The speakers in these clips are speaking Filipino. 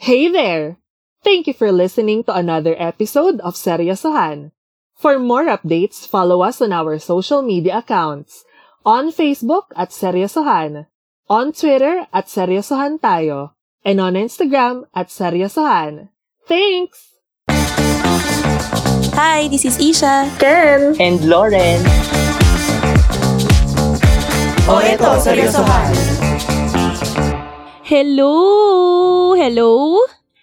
Hey there! Thank you for listening to another episode of Seryosohan. For more updates, follow us on our social media accounts. On Facebook at Seryosohan. On Twitter at Seryosohan Tayo. And on Instagram at Seryosohan. Thanks! Hi, this is Isha. Ken! and Lauren. O Oh, eto, seryosohan. Hello! Hello!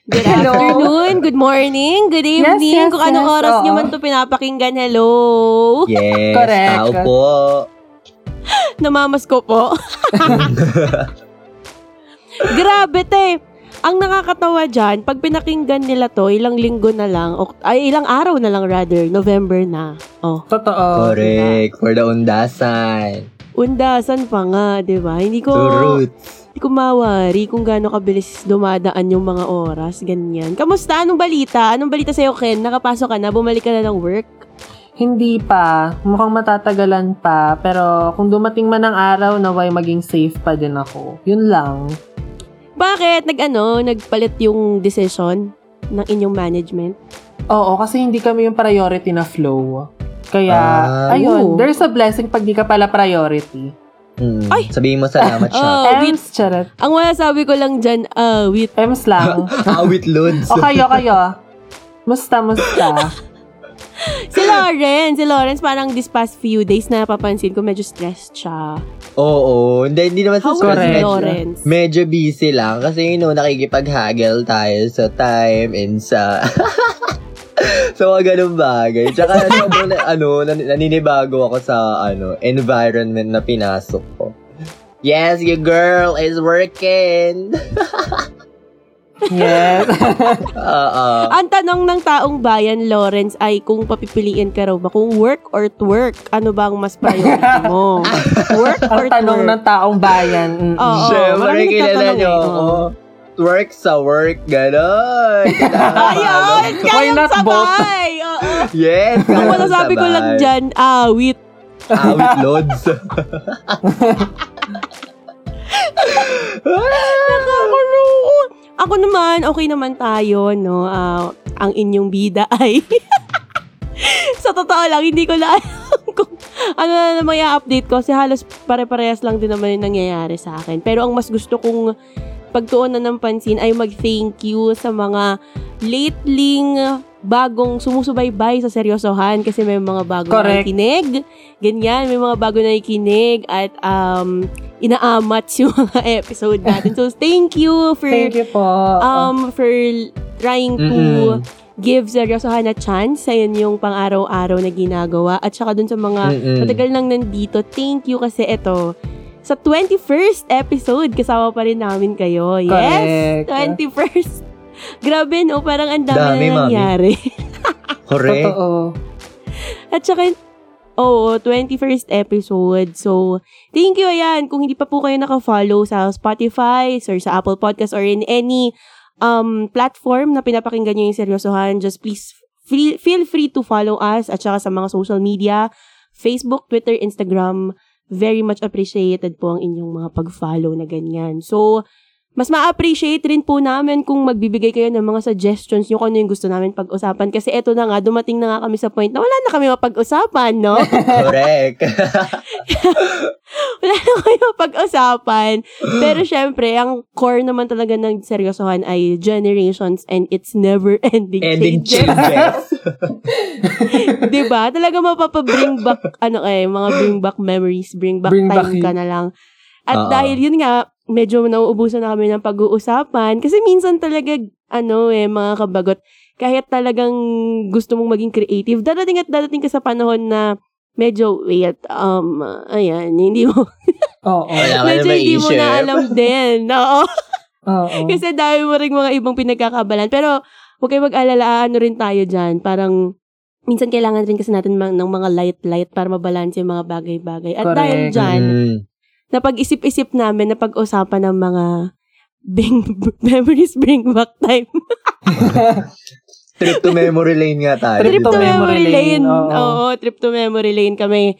Good Hello. afternoon, good morning, good evening. yes, Kung anong yes, oras oo. nyo man to pinapakinggan, hello! Yes, Correct. tao po. Namamas ko po. Grabe, te! Ang nakakatawa dyan, pag pinakinggan nila to, ilang linggo na lang, ok- ay ilang araw na lang rather, November na. Oh, Totoo. Correct. For the undasan. undasan pa nga, di ba? Hindi ko... To roots. Hindi ko mawari kung gaano kabilis dumadaan yung mga oras, ganyan. Kamusta? Anong balita? Anong balita sa'yo, Ken? Nakapasok ka na? Bumalik ka na ng work? Hindi pa. Mukhang matatagalan pa. Pero kung dumating man ang araw, naway maging safe pa din ako. Yun lang. Bakit? Nag-ano? Nagpalit yung decision ng inyong management? Oo, kasi hindi kami yung priority na flow. Kaya, Ah. ayun, Ooh. there's a blessing pag di ka pala priority. Mm. Ay! Sabihin mo salamat siya. Oh, wait. Ems, charot. Ang masasabi ko lang dyan, ah, wait. Ems lang. Awit loads. Oh. o kayo, kayo. Musta, musta. Si Lawrence, si Lawrence parang this past few days na napapansin ko medyo stressed siya. Oo. Hindi, hindi naman sa How was Correct. stress. Medyo, Lawrence? medyo busy lang. Kasi, you know, nakikipag-haggle tayo sa time and sa... sa mga ganun bagay. Tsaka, sobrang, na- ano, nan- naninibago ako sa, ano, environment na pinasok ko. Yes, your girl is working! yes. Oo. Ang tanong ng taong bayan, Lawrence, ay kung papipiliin ka raw ba kung work or twerk, ano ba ang mas priority mo? work or ang tanong twerk? ng taong bayan. Mm. Oo, Siyempre, maraming kilala nagtatanong niyo eh, ako. oo. Work sa work, gano'n. Ayun! Why Kayang not both? sabay! Oo. yes. Ang kaya masasabi ko sabay. lang dyan, ah, awit. Awit loads. Nakakaroon! Ako naman, okay naman tayo, no? Ah, ang inyong bida ay... sa totoo lang, hindi ko na alam kung ano na naman yung update ko. Kasi halos pare-parehas lang din naman yung nangyayari sa akin. Pero ang mas gusto kong pagtuunan ng pansin ay mag-thank you sa mga lately bagong sumusubaybay sa seryosohan kasi may mga bagong Correct. nakikinig. Ganyan, may mga bago nakikinig at um, inaamat yung mga episode natin. So, thank you for Thank you po. um for trying to Mm-mm. give seryosohan a chance sa inyong pang-araw-araw na ginagawa at saka dun sa mga Mm-mm. matagal nang nandito. Thank you kasi ito, sa 21st episode, kasama pa rin namin kayo. Yes! Correct. 21st! Grabe no, parang ang dami, Dami, mami. na nangyari. Correct. Totoo. At saka, oo, 21st episode. So, thank you, ayan. Kung hindi pa po kayo nakafollow sa Spotify or sa Apple Podcast or in any um, platform na pinapakinggan nyo yung seryosohan, just please feel, feel free to follow us at saka sa mga social media, Facebook, Twitter, Instagram. Very much appreciated po ang inyong mga pag-follow na ganyan. So, mas ma-appreciate rin po namin kung magbibigay kayo ng mga suggestions nyo kung ano yung gusto namin pag-usapan. Kasi eto na nga, dumating na nga kami sa point na wala na kami mapag-usapan, no? Correct. wala na kayo pag-usapan. Pero syempre, ang core naman talaga ng seryosohan ay generations and it's never-ending Ending changes. changes. diba? Talaga mapapabring back, ano eh, mga bring back memories, bring back Bring time back ka na lang. At Oo. dahil yun nga, medyo nauubusan na kami ng pag-uusapan. Kasi minsan talaga, ano eh, mga kabagot, kahit talagang gusto mong maging creative, dadating at dadating ka sa panahon na medyo, wait, um, ayan, hindi mo Oo. Oh, Wala ka na Medyo may eh. hindi mo na i-share. alam din. Oo. Oo. Kasi dami mo rin mga ibang pinagkakabalan. Pero, huwag kayo mag-alala, ano rin tayo dyan. Parang, minsan kailangan rin kasi natin mang- ng mga light-light para mabalanse yung mga bagay-bagay. At Correct. dahil dyan, Mm. napag-isip-isip namin, napag-usapan ng mga bring, memories bring back time. Trip to memory lane nga tayo. Trip di to ba? memory lane, oo. Oo. trip to memory lane kami.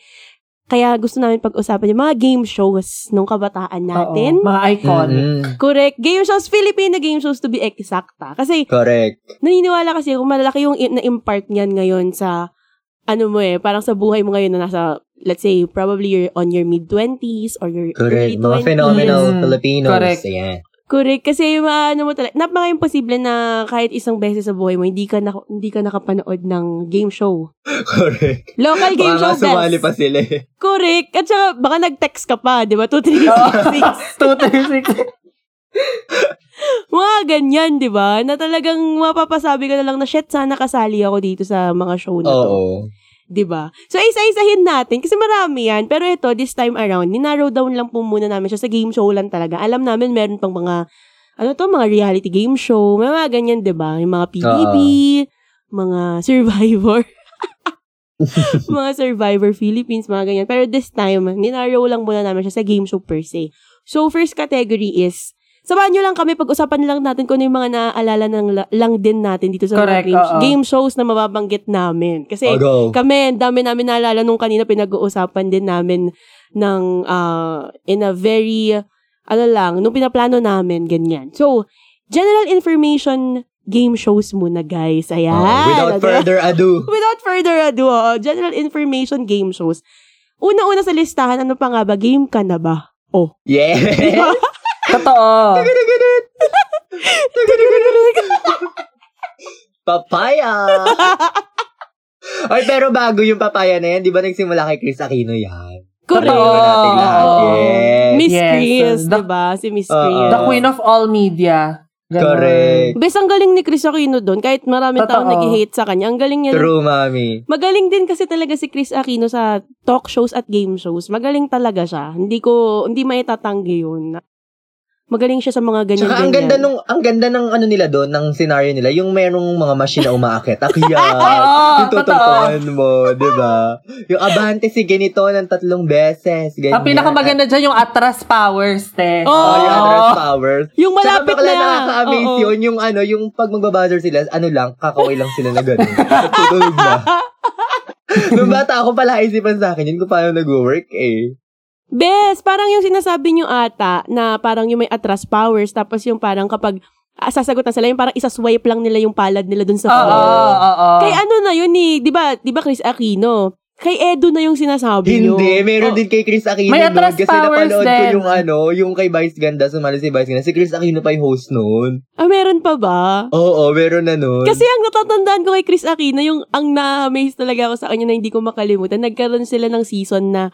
Kaya gusto namin pag-usapan yung mga game shows nung kabataan natin. Oo, mga iconic. Mm-mm. Correct. Game shows, Filipino game shows to be exact. ah. Kasi Correct. naniniwala kasi ako malaki yung i- na-impart niyan ngayon sa ano mo eh, parang sa buhay mo ngayon na nasa, let's say, probably you're on your mid-twenties or your Correct. early Mga 20s. phenomenal Mm. Filipinos. Correct. Ayan. Correct. Kasi yung mga ano mo talaga, napaka-imposible na kahit isang beses sa buhay mo, hindi ka, na, hindi ka nakapanood ng game show. Correct. Local game show, Baka nga sumali guys. pa sila eh. Correct. At saka, baka nag-text ka pa, di ba? 2366. 236. mga ganyan, di ba? Na talagang mapapasabi ka na lang na, shit, sana kasali ako dito sa mga show na to. Oo. 'di ba? So isa-isahin natin kasi marami 'yan, pero ito this time around, ninarrow down lang po muna namin siya sa game show lang talaga. Alam namin meron pang mga ano to, mga reality game show, may mga ganyan 'di ba? Yung mga PBB, mga Survivor. mga Survivor Philippines, mga ganyan. Pero this time, ninarrow lang muna namin siya sa game show per se. So first category is Samahan nyo lang kami, pag-usapan lang natin kung ano yung mga naaalala ng, la- lang din natin dito sa mga Correct, game, oo. game shows na mababanggit namin. Kasi, Oh, go. kami, ang dami namin naalala nung kanina pinag-uusapan din namin ng ah, in a very, ano lang, nung pinaplano namin, ganyan. So, general information game shows muna, guys. Ayan. Oo, Ano? Oh, without further ado. Without further ado, oo, general information game shows. Una-una sa listahan, ano pa nga ba? Game ka na ba? Oh. Yeah. Totoo. papaya! Ay, pero bago yung papaya na yan, di ba nagsimula kay Chris Aquino yan? Correct. Totoo. Pag-iwan natin lahat. Oo. Yes. Miss Yes, Chris, the- diba? Si Miss Oo. Chris. The queen of all media. Ganun. Ah. Correct. Bes, ang galing ni Chris Aquino doon. Kahit marami Totoo. taong nag-hate sa kanya, ang galing niya ng True, mami. Magaling din kasi talaga si Chris Aquino sa talk shows at game shows. Magaling talaga siya. Hindi ko, hindi maitatanggi yun. Magaling siya sa mga ganyan-ganyan. Tsaka ang ganda nung ang ganda ng ano nila doon, ng scenario nila, yung merong mga machine na umaakyat. Akyat. Oo, yung tutulpuan mo, 'di ba? Yung abante si ganito ng tatlong beses, ganyan. Ang pinakamaganda dyan yung Atras Powers, te. Oo. Oh, yung Andres Oo. Powers. Yung Tsaka malapit bakla na. nakaka-amaze Oo. yun, yung ano, yung pag magbabuzzer sila, ano lang, kakaway lang sila na gano'n. Tutulog na. Nung bata ako pala, isipan sa akin yun kung paano nag-work eh. Bes, parang yung sinasabi niyo ata na parang yung may atras powers tapos yung parang kapag ah, sasagot na sila, yung parang isaswipe lang nila yung palad nila dun sa Oo, phone. oo, oo. Kay ano na yun ni, di ba, di ba Chris Aquino? Kay Edo na yung sinasabi niyo. Hindi, Oh, meron din kay Chris Aquino. May nun, atras kasi powers napanood ko din. yung ano, yung kay Vice Ganda, sumali si Vice Ganda. Si Chris Aquino pa yung host noon. Ah, meron pa ba? Oo, meron na noon. Kasi ang natatandaan ko kay Chris Aquino, yung ang na-amaze talaga ako sa kanya na hindi ko makalimutan, nagkaroon sila ng season na,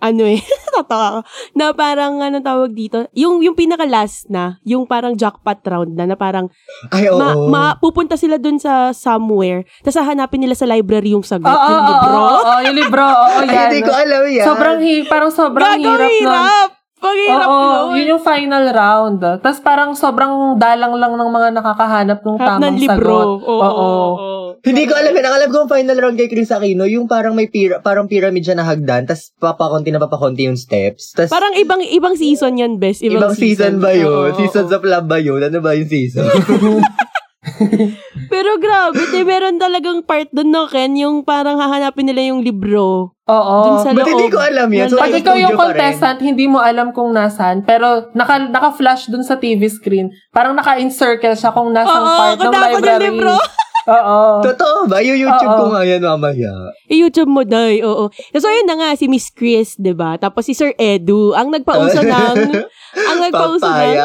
ano eh, tatawa ako, na parang, anong tawag dito, yung, yung pinaka-last na, yung parang jackpot round na, na parang, Ay, oo. ma, ma- pupunta sila dun sa somewhere, tapos hahanapin nila sa library yung Oo, sagot, oo, yung oo, libro. oo, yung libro. Oo, Ay, yan. ano, hindi ko alam yan. Sobrang hi- parang sobrang Gago, hirap nun. hirap! Pag hirap Oo, yun. yun yung final round. Tapos parang sobrang dalang lang ng mga nakakahanap ng Harap tamang ng libro. sagot. Oo. Oo. oo. Hindi ko alam. eh. Ang alam ko ang final round kay Chris Aquino, yung parang may pira- parang pyramid siya na hagdan, tas papakonti na papakonti yung steps. Tas Parang ibang ibang season yan, best. Ibang, ibang season, ba yun? Oo, oo, Seasons of love ba yun? Ano ba yung season? Pero grabe, te, meron talagang part doon, no, Ken? Yung parang hahanapin nila yung libro. Oo. Dun sa But hindi loob. ko alam yan. So, Pag nasa ikaw yung studio pa rin. contestant, hindi mo alam kung nasaan, pero naka, naka-flash dun sa TV screen. Parang naka-encircle siya kung nasang Oo, part ng kadakot yung library. libro. Oo. Totoo ba? Yung YouTube Oo. ko nga yan mamaya. I-YouTube mo, day. Oo. So, yun na nga, si Miss Chris, 'di ba Tapos si Sir Edu, ang nagpauso ng... ang nagpauso ng...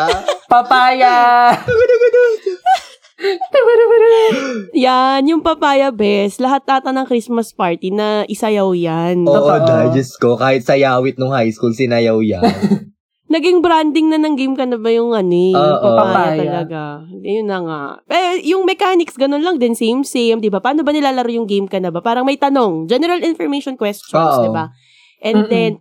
Papaya. Papaya. Yan, yung papaya best. Lahat ata ng Christmas party na isayaw yan. Oo, Totoo. dahil Diyos ko. Kahit sayawit nung high school, sinayaw yan. Naging branding na ng game ka na ba yung ano eh, yung Oo. papaya, Papaya. talaga. Yun na nga. Eh, yung mechanics, ganun lang din, same, same, di ba? Paano ba nilalaro yung game ka na ba? Parang may tanong, general information questions, Oo. di ba? And Mm-mm. then,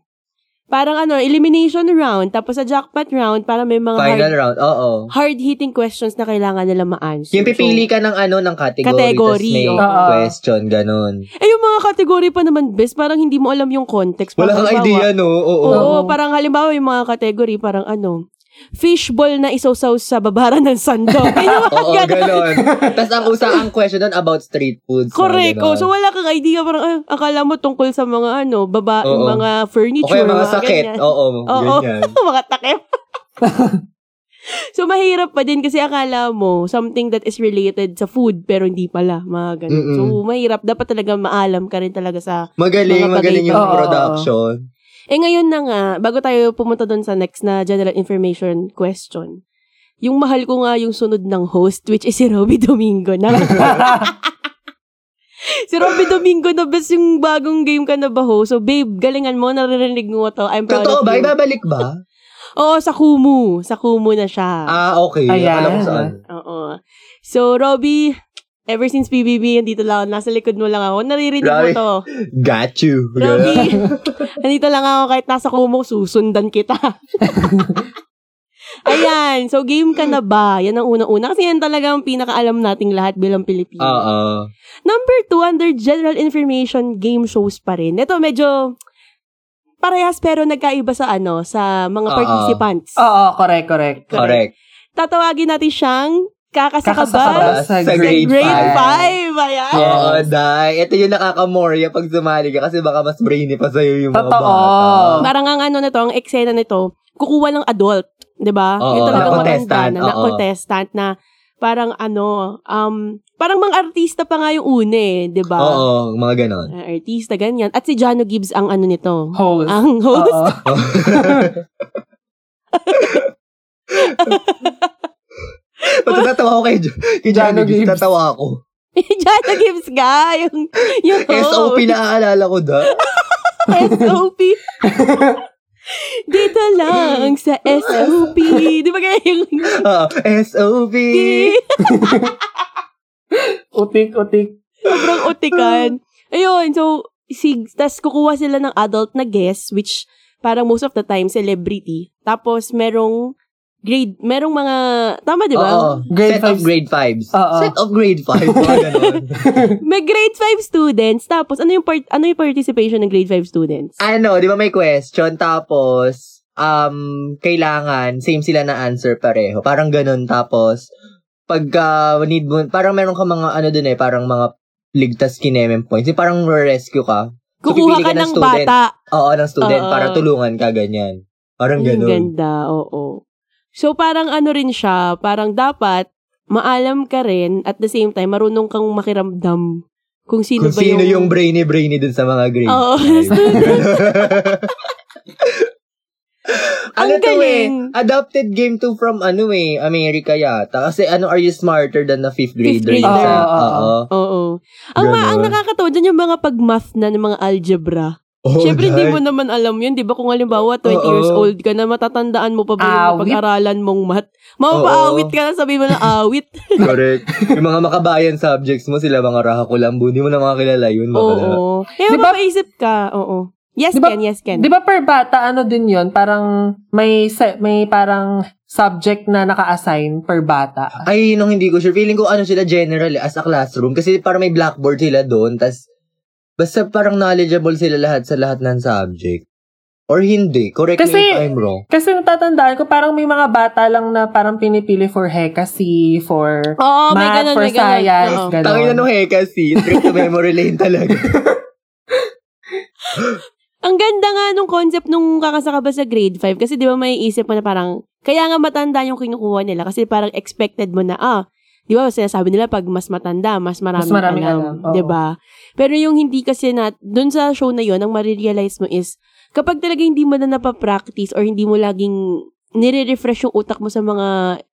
parang ano, elimination round, tapos sa jackpot round, parang may mga Final hard, round, oo. hard-hitting questions na kailangan nila ma-answer. Yung pipili So, ka ng ano, ng category, Category, tas may oo. question, ganun. eh, yung mga category pa naman, best, parang hindi mo alam yung context. Wala kang Halimbawa, idea, no? Oo. Oo, Oo. parang halimbawa yung mga category, parang ano, fishball na isawsaw sa babara ng sandok. Ganyan mga Oo, ganun. ganon. Tapos ang usa ang question doon about street foods. Correct. mga Oh, ganon. so wala kang idea. Parang, ah, akala mo tungkol sa mga ano, baba, Oo. mga o furniture. kaya mga sakit. ganyan. Oo, Oo. ganyan. mga takip. so, mahirap pa din kasi akala mo something that is related sa food pero hindi pala. Mga ganun. Mm-mm. So, mahirap. Dapat talaga maalam ka rin talaga sa... Magaling, Mga magaling yung bagay pa. production. Eh, ngayon na nga, bago tayo pumunta doon sa next na general information question, yung mahal ko nga yung sunod ng host, which is si Robby Domingo. Na, si Robby Domingo na best yung bagong game ka na ba ho? So, babe, galingan mo, naririnig mo to. I'm proud Totoo of ba? you. Ibabalik ba? Oo, sa Kumu. Sa Kumu na siya. Ah, okay. Ayan. Alam ko saan. Oo. So, Robby, ever since PBB, andito lang ako. Nasa likod mo lang ako. Naririnig mo Grabe. to. Got you. Robby, nandito lang ako kahit nasa kumo, susundan kita. Ayan, so game ka na ba? Yan ang unang-una. Kasi yan talaga ang pinakaalam nating lahat bilang Pilipino. Oo. Number two, under general information, game shows pa rin. Ito medyo parehas pero nagkaiba sa ano, sa mga Oo. participants. Oo, correct, correct. Correct. Tatawagin natin siyang kakasakabas Kakasakabas Sa sa grade grade grade 5. five. 5. Ayan. Oo, dai. Ito yung nakakamorya pag sumali ka kasi baka mas brainy pa sa'yo yung mga Totoo. bata. Parang ang ano na to, ang eksena nito, kukuha ng adult, 'di ba? Oo, Yung na talagang matanda contestant, na, na oo. contestant na parang ano, um parang mga artista pa nga yung une, 'di ba? Oo, mga ganon. Ah, artista ganyan. At si Jano Gibbs ang ano nito. Host. Ang host. Oo. Ba't natawa ko kay, Jo- kay Johnny Jano Gibbs? Gibbs. Natawa ako. Jano Gibbs ga, yung yung host. SOP na aalala ko da. SOP. Dito lang sa SOP. Di ba kaya yung... Oo, SOP. Utik, utik. Sobrang utikan. Ayun, so, sig, tas kukuha sila ng adult na guest, which parang most of the time, celebrity. Tapos, merong grade, merong mga, tama di ba? Oo. Grade Set fives. of grade 5s. Oo. Set of grade 5. Mga ganon. May grade 5 students. Tapos, ano yung, part, ano yung participation ng grade 5 students? ano, di ba may question, tapos, um, kailangan, same sila na answer pareho. Parang ganun, tapos, pagka need mo, parang meron ka mga, ano dun eh, parang mga ligtas kinemen points. Yung parang rescue ka. so, Kukuha pipili ka, ka ng ng student. bata. Oo, ng student, Oo. para tulungan ka, ganyan. Ay, Parang Ang ganun. Hmm, ganda, oo. So, parang ano rin siya, parang dapat maalam ka rin at the same time, marunong kang makiramdam kung sino ba Kung sino yung brainy-brainy dun sa mga grade. Oo, five. student. ano Ang to eh, galing. adapted game to from ano eh, Amerika yata. Kasi ano, are you smarter than a fifth Fifth grader? Yung grader. sa- Oo, oo, Oo. Oo. Ang, ma- ang Ganon. nakakatawa dyan yung mga pag-math na ng mga algebra. Oh, Siyempre, hindi dahil- mo naman alam yun. Di ba kung halimbawa 20 Oo. years old ka na, matatandaan mo pa ba yung Awit. pag-aralan mong math? Mapapaawit ka na, sabi mo na awit. Diba, Correct. yung mga makabayan subjects mo, sila mga rahakulambo, hindi mo na makakilala yun. mga kalala. Oo. Eh, Di ba- mapapaisip ka. Oo. Yes, Di ba- Ken, yes, Ken. Di ba per bata, ano din yon Parang may se- may parang subject na naka-assign per bata. Ay, nung hindi ko sure. Feeling ko ano sila general eh, as a classroom. Kasi parang may blackboard sila doon. tas basta parang knowledgeable sila lahat sa lahat ng subject. Or hindi. Correct Kasi- me if I'm wrong. Kasi natatandaan ko, parang may mga bata lang na parang pinipili for hekasi, for Oo, Oh, may math, ganun, for may ganun. science, Oo. ganun. Tangin na nung heka si trip to memory lane talaga. Ang ganda nga nung concept nung kakasakaba sa grade 5 kasi di ba may isip mo na parang, kaya nga matanda yung kinukuha nila kasi parang expected mo na, ah, di ba sinasabi nila pag mas matanda, mas maraming, Mas maraming alam, alam, oo. di ba? Pero yung hindi kasi na, dun sa show na yon ang marirealize mo is, kapag talaga hindi mo na napapractice or hindi mo laging nire-refresh yung utak mo sa mga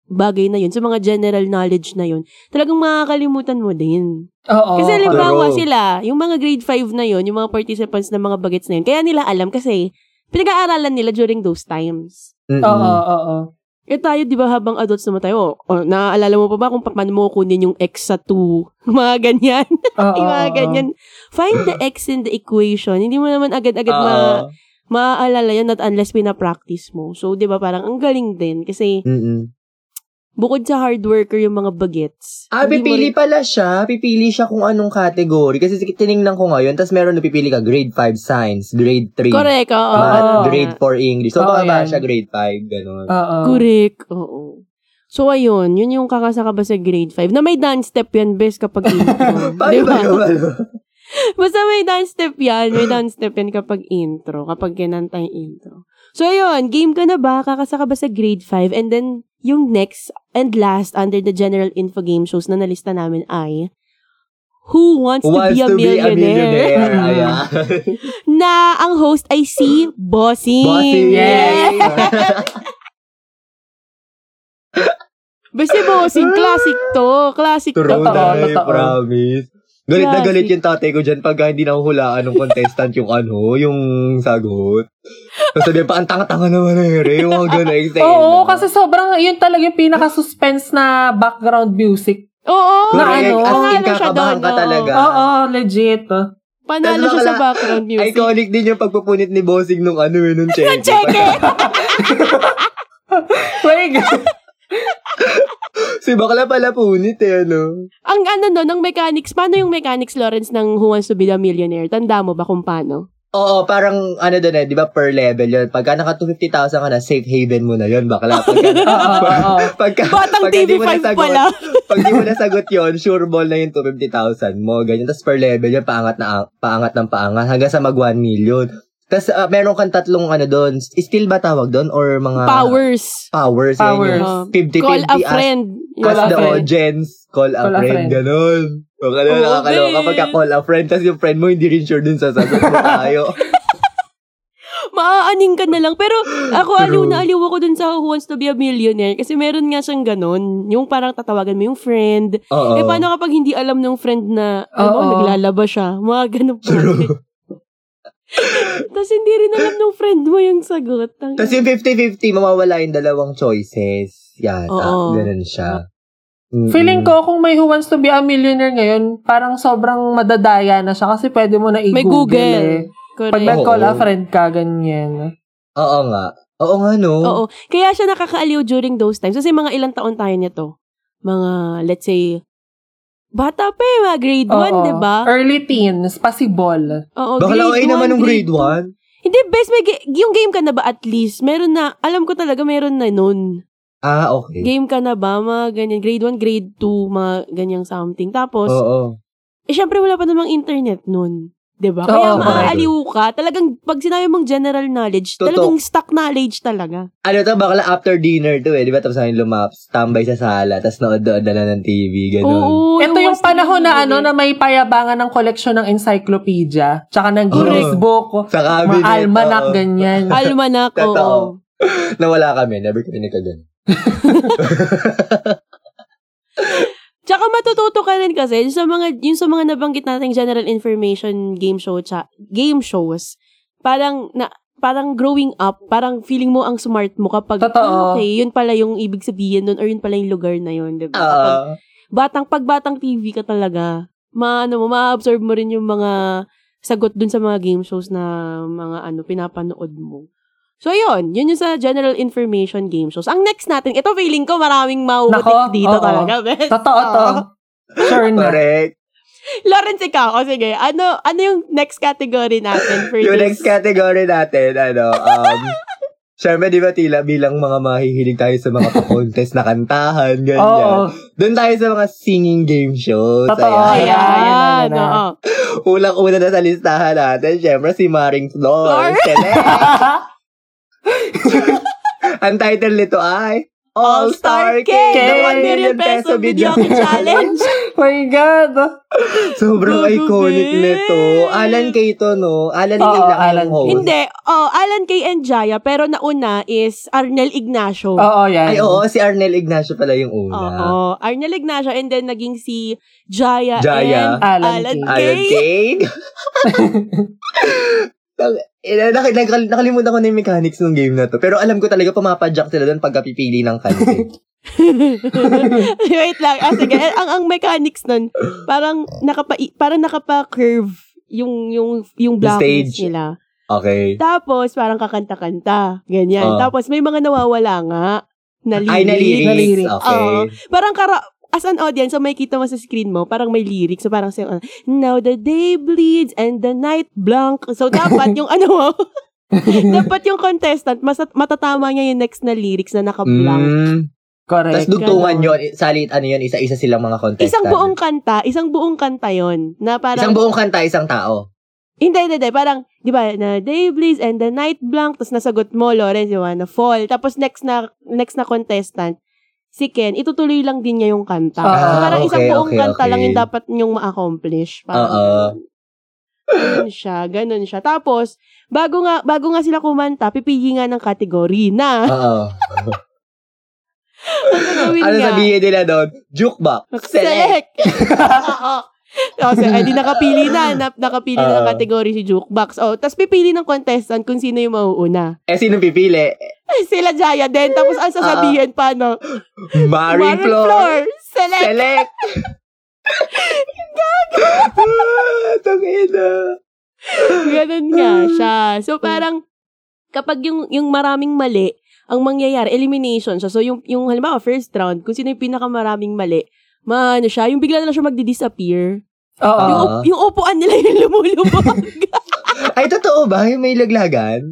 bagay na yun, sa mga general knowledge na yun, talagang makakalimutan mo din. Oo. Kasi correct. halimbawa Pero- sila, yung mga grade 5 na yon, yung mga participants ng mga bagets na yun, kaya nila alam kasi pinag-aaralan nila during those times. Mm-mm. Oo, oo, oo. Eh tayo, di ba, habang adults naman tayo, oh, naaalala mo pa ba kung paano mo kunin yung x sa 2? Mga ganyan. Oo, yung mga oo, oo. ganyan. Find the x in the equation. Hindi mo naman agad-agad Oo. ma- maaalala yan not unless pinapractice mo. So, di ba, parang ang galing din kasi Mm-mm. bukod sa hard worker yung mga bagets. Ah, Hindi mo rin- pipili pala siya. Pipili siya kung anong category. Kasi tiningnan ko ngayon, tapos meron na pipili ka grade 5 science, grade 3 Correct, oo. math, oo. grade 4 English. So, Oo, baka ba yan. siya grade 5, gano'n. Oo. Correct, Ah. oo. So, ayun, yun yung kakasaka ba sa grade 5. Na may dance step yan, best kapag intro. Paano ba yun? ano? Basta may dance step yan. May dance step yan kapag intro. Kapag kinanta yung intro. So, ayun. Game ka na ba? Kakasa ka ba sa grade 5? And then, yung next and last under the general info game shows na nalista namin ay Who Wants, Who to, be, a Millionaire? Ayan. Na ang host ay si Bossing. Bossing. Yes. Basta Bossing, classic to. Classic to. True Totoo, na, I totoo. promise. Galit na Classic. galit yung tatay ko dyan pagka hindi nahuhulaan ng contestant yung ano, yung sagot. Tapos sabi pa, ang tanga-tanga naman na yun. eh." Yung mga gano'n, excited. Oo, kasi sobrang, yun talaga yung pinaka-suspense na background music. Oo. Correct. na ano, eh, As in, panalo siya kakabahan doon, ka oo. talaga. Oo, legit. Panalo siya sa Nakala- background music. Iconic din yung pagpupunit ni Bossing nung ano yun, nung check. Check it! Wait, si bakla pala punit eh, ano. Ang ano no, ng mechanics, paano yung mechanics, Lawrence, ng Who Wants to Be a Millionaire? Tanda mo ba kung paano? Oo, parang ano doon eh, di ba per level yun. Pagka naka 250,000 ka na, safe haven mo na yun, bakla. Pagka, oo, oo. pagka, Batang pagka di mo TV5 nasagot- pala. pag di mo nasagot yun, sure ball na yung 250,000 mo. Ganyan. Tapos per level yun, paangat na paangat ng paangat hanggang sa mag 1 million. Tapos ah, meron kang tatlong ano doon, still ba tawag doon or mga Powers. powers, Powers. powers. Oo. Yan yun. 50-50 Call a as- friend. as, Call a the friend. audience. Call a Call a friend, friend. ganun. O kaya Oo, nakakaloka babe. pagka call a friend, tapos yung friend mo hindi rin sure dun sa sagot mo tayo. Maaaning ka na lang. Pero ako, True. aliw na aliw ako dun sa Who Wants to Be a Millionaire. Kasi meron nga siyang ganun. Yung parang tatawagan mo yung friend. Oo. Eh, paano kapag hindi alam ng friend na, ano, Oo. naglalaba siya? Mga ganun po. True. Tapos hindi rin alam ng friend mo yung sagot. Ang- Tapos yung 50-50, mawawala yung dalawang choices. Yata. Oo. Ganun siya. Mm-mm. Feeling ko, kung may Who Wants to be a Millionaire ngayon, parang sobrang madadaya na siya kasi pwede mo na i-google. May Google. eh. Pag Correct. nag-call a Oo. friend ka, ganyan. Oo nga. Oo nga, no? Oo. Kaya siya nakakaaliw during those times. Kasi mga ilang taon tayo nito. Mga, let's say, bata pa eh, mga grade 1, Oo. di ba? Early teens, possible. Oo, Bakla okay Oh, one, naman nung grade two. 1. Hindi, best, may ga- yung game ka na ba at least? Meron na, alam ko talaga meron na nun. Ah, okay. Game ka na ba? Mga ganyan, grade 1, grade 2, mga ganyang something. Tapos, Oo. eh syempre wala pa namang internet nun. 'Di ba? Kaya Oo, maaaliw ka. Talagang, pag sinabi mong general knowledge, Totoo. talagang stock knowledge talaga. Ano to, bakla after dinner to eh. Di ba? Tapos namin lumaps, tambay sa sala, tapos nood-dood na lang ng TV, ganun. Oo. Ito yung what's the panahon na ano, name? na may payabangan ng koleksyon ng encyclopedia, tsaka ng Correct. Guinness Book, Sa cabinet. mga almanac, oo. ganyan. Almanac, Totoo. oo. Nawala kami. Never kami nagkagan. Tsaka matututo ka rin kasi yung sa mga yung sa mga nabanggit nating general information game show cha, game shows. Parang na parang growing up, parang feeling mo ang smart mo kapag Totoo. "Ah, okay, yun pala yung ibig sabihin nun or yun pala yung lugar na yun, 'di ba? Oo. Kapag batang pagbatang TV ka talaga, maano mo ma-absorb mo rin yung mga sagot dun sa mga game shows na mga ano pinapanood mo. So, ayun. Yun yung sa general information game shows. Ang next natin, ito feeling ko maraming mauutik Nako, dito oo. talaga. best. Totoo to. Sure na. Correct. Lawrence, ikaw. O sige, ano, ano yung next category natin for Yung this? next category natin, ano, um, Siyempre, di ba, tila bilang mga mahihilig tayo sa mga contest na kantahan, ganyan. Oo. Doon tayo sa mga singing game shows. Totoo, ayan. ayan. Ayan, Ayan, ayan, ayan. oo. Ulang-una na sa listahan natin, syempre si Maring Flor. Flor. Select. Ang title nito ay All-Star All-Star King, King, the the 1 million peso video video. challenge. My God. Sobrang Grabe. iconic nito. Alan Kay to, no? Alan Oo, Kay lang Alan ang host. Hindi, oh, Alan K. and Jaya, pero nauna is Arnel Ignacio. Oo, yan. Ay, oo, si Arnel Ignacio pala yung una. Oo. Arnel Ignacio and then naging si Jaya, Jaya. and Alan Alan, Kay. Kay. Alan Kay? Tang- ina, nak- nak- nakalimutan ko Eh, na yung mechanics ng game na to. Pero alam ko talaga, pumapadyak sila doon pagka pipili ng kante. Wait lang. Ah, sige. Eh, Ang, ang mechanics nun, parang nakapa, parang nakapa-curve yung, yung, yung blackness stage. nila. Okay. Tapos, parang kakanta-kanta. Ganyan. Ah. Tapos, may mga nawawala nga. Naliri. Ay, naliris. Naliris. Okay. Oo. Parang kara as an audience, so makikita mo sa screen mo, parang may lyrics. So parang sa'yo, ano, now the day bleeds and the night blank. So dapat yung ano mo, dapat yung contestant, mas, matatama niya yung next na lyrics na naka-blank. Mm. Correct. Tapos dugtungan ganun. yun, i- salit ano yun, isa-isa silang mga contestant. Isang buong kanta, isang buong kanta yon na parang, Isang buong kanta, isang tao. hindi, hindi, hindi, parang, di ba, na day bleeds and the night blank, tapos nasagot mo, Lawrence, you wanna fall, tapos next na, next na contestant, si Ken, itutuloy lang din niya yung kanta. Ah, So, parang isang okay, buong okay, kanta lang okay. yung dapat niyong ma-accomplish. Parang Oo. Ganun siya, ganun siya. Tapos, bago nga, bago nga sila kumanta, pipili nga ng kategory na. Oo. Ang gagawin Ano nga. sabihin nila doon? Jukebox. Select. Select! Oo. O, so, ay, di nakapili na, na nakapili na ng Oo. kategory si Jukebox. O, tapos pipili ng contestant kung sino yung mauuna. Eh, sino pipili? Sila Jaya din. Tapos, ang sasabihin pa, no? Ah, Marie Warren Floor. Select! Select. Gago. Tangina. Ganun nga Hmm. siya. So, parang, kapag yung, yung maraming mali, ang mangyayari, elimination siya. So, yung, yung halimbawa, first round, kung sino yung pinakamaraming mali, maano siya, yung bigla na lang siya magdi-disappear. Oo. Yung, Ah. up- yung upuan nila yung lumulubog. Ay, totoo ba? Yung may laglagan?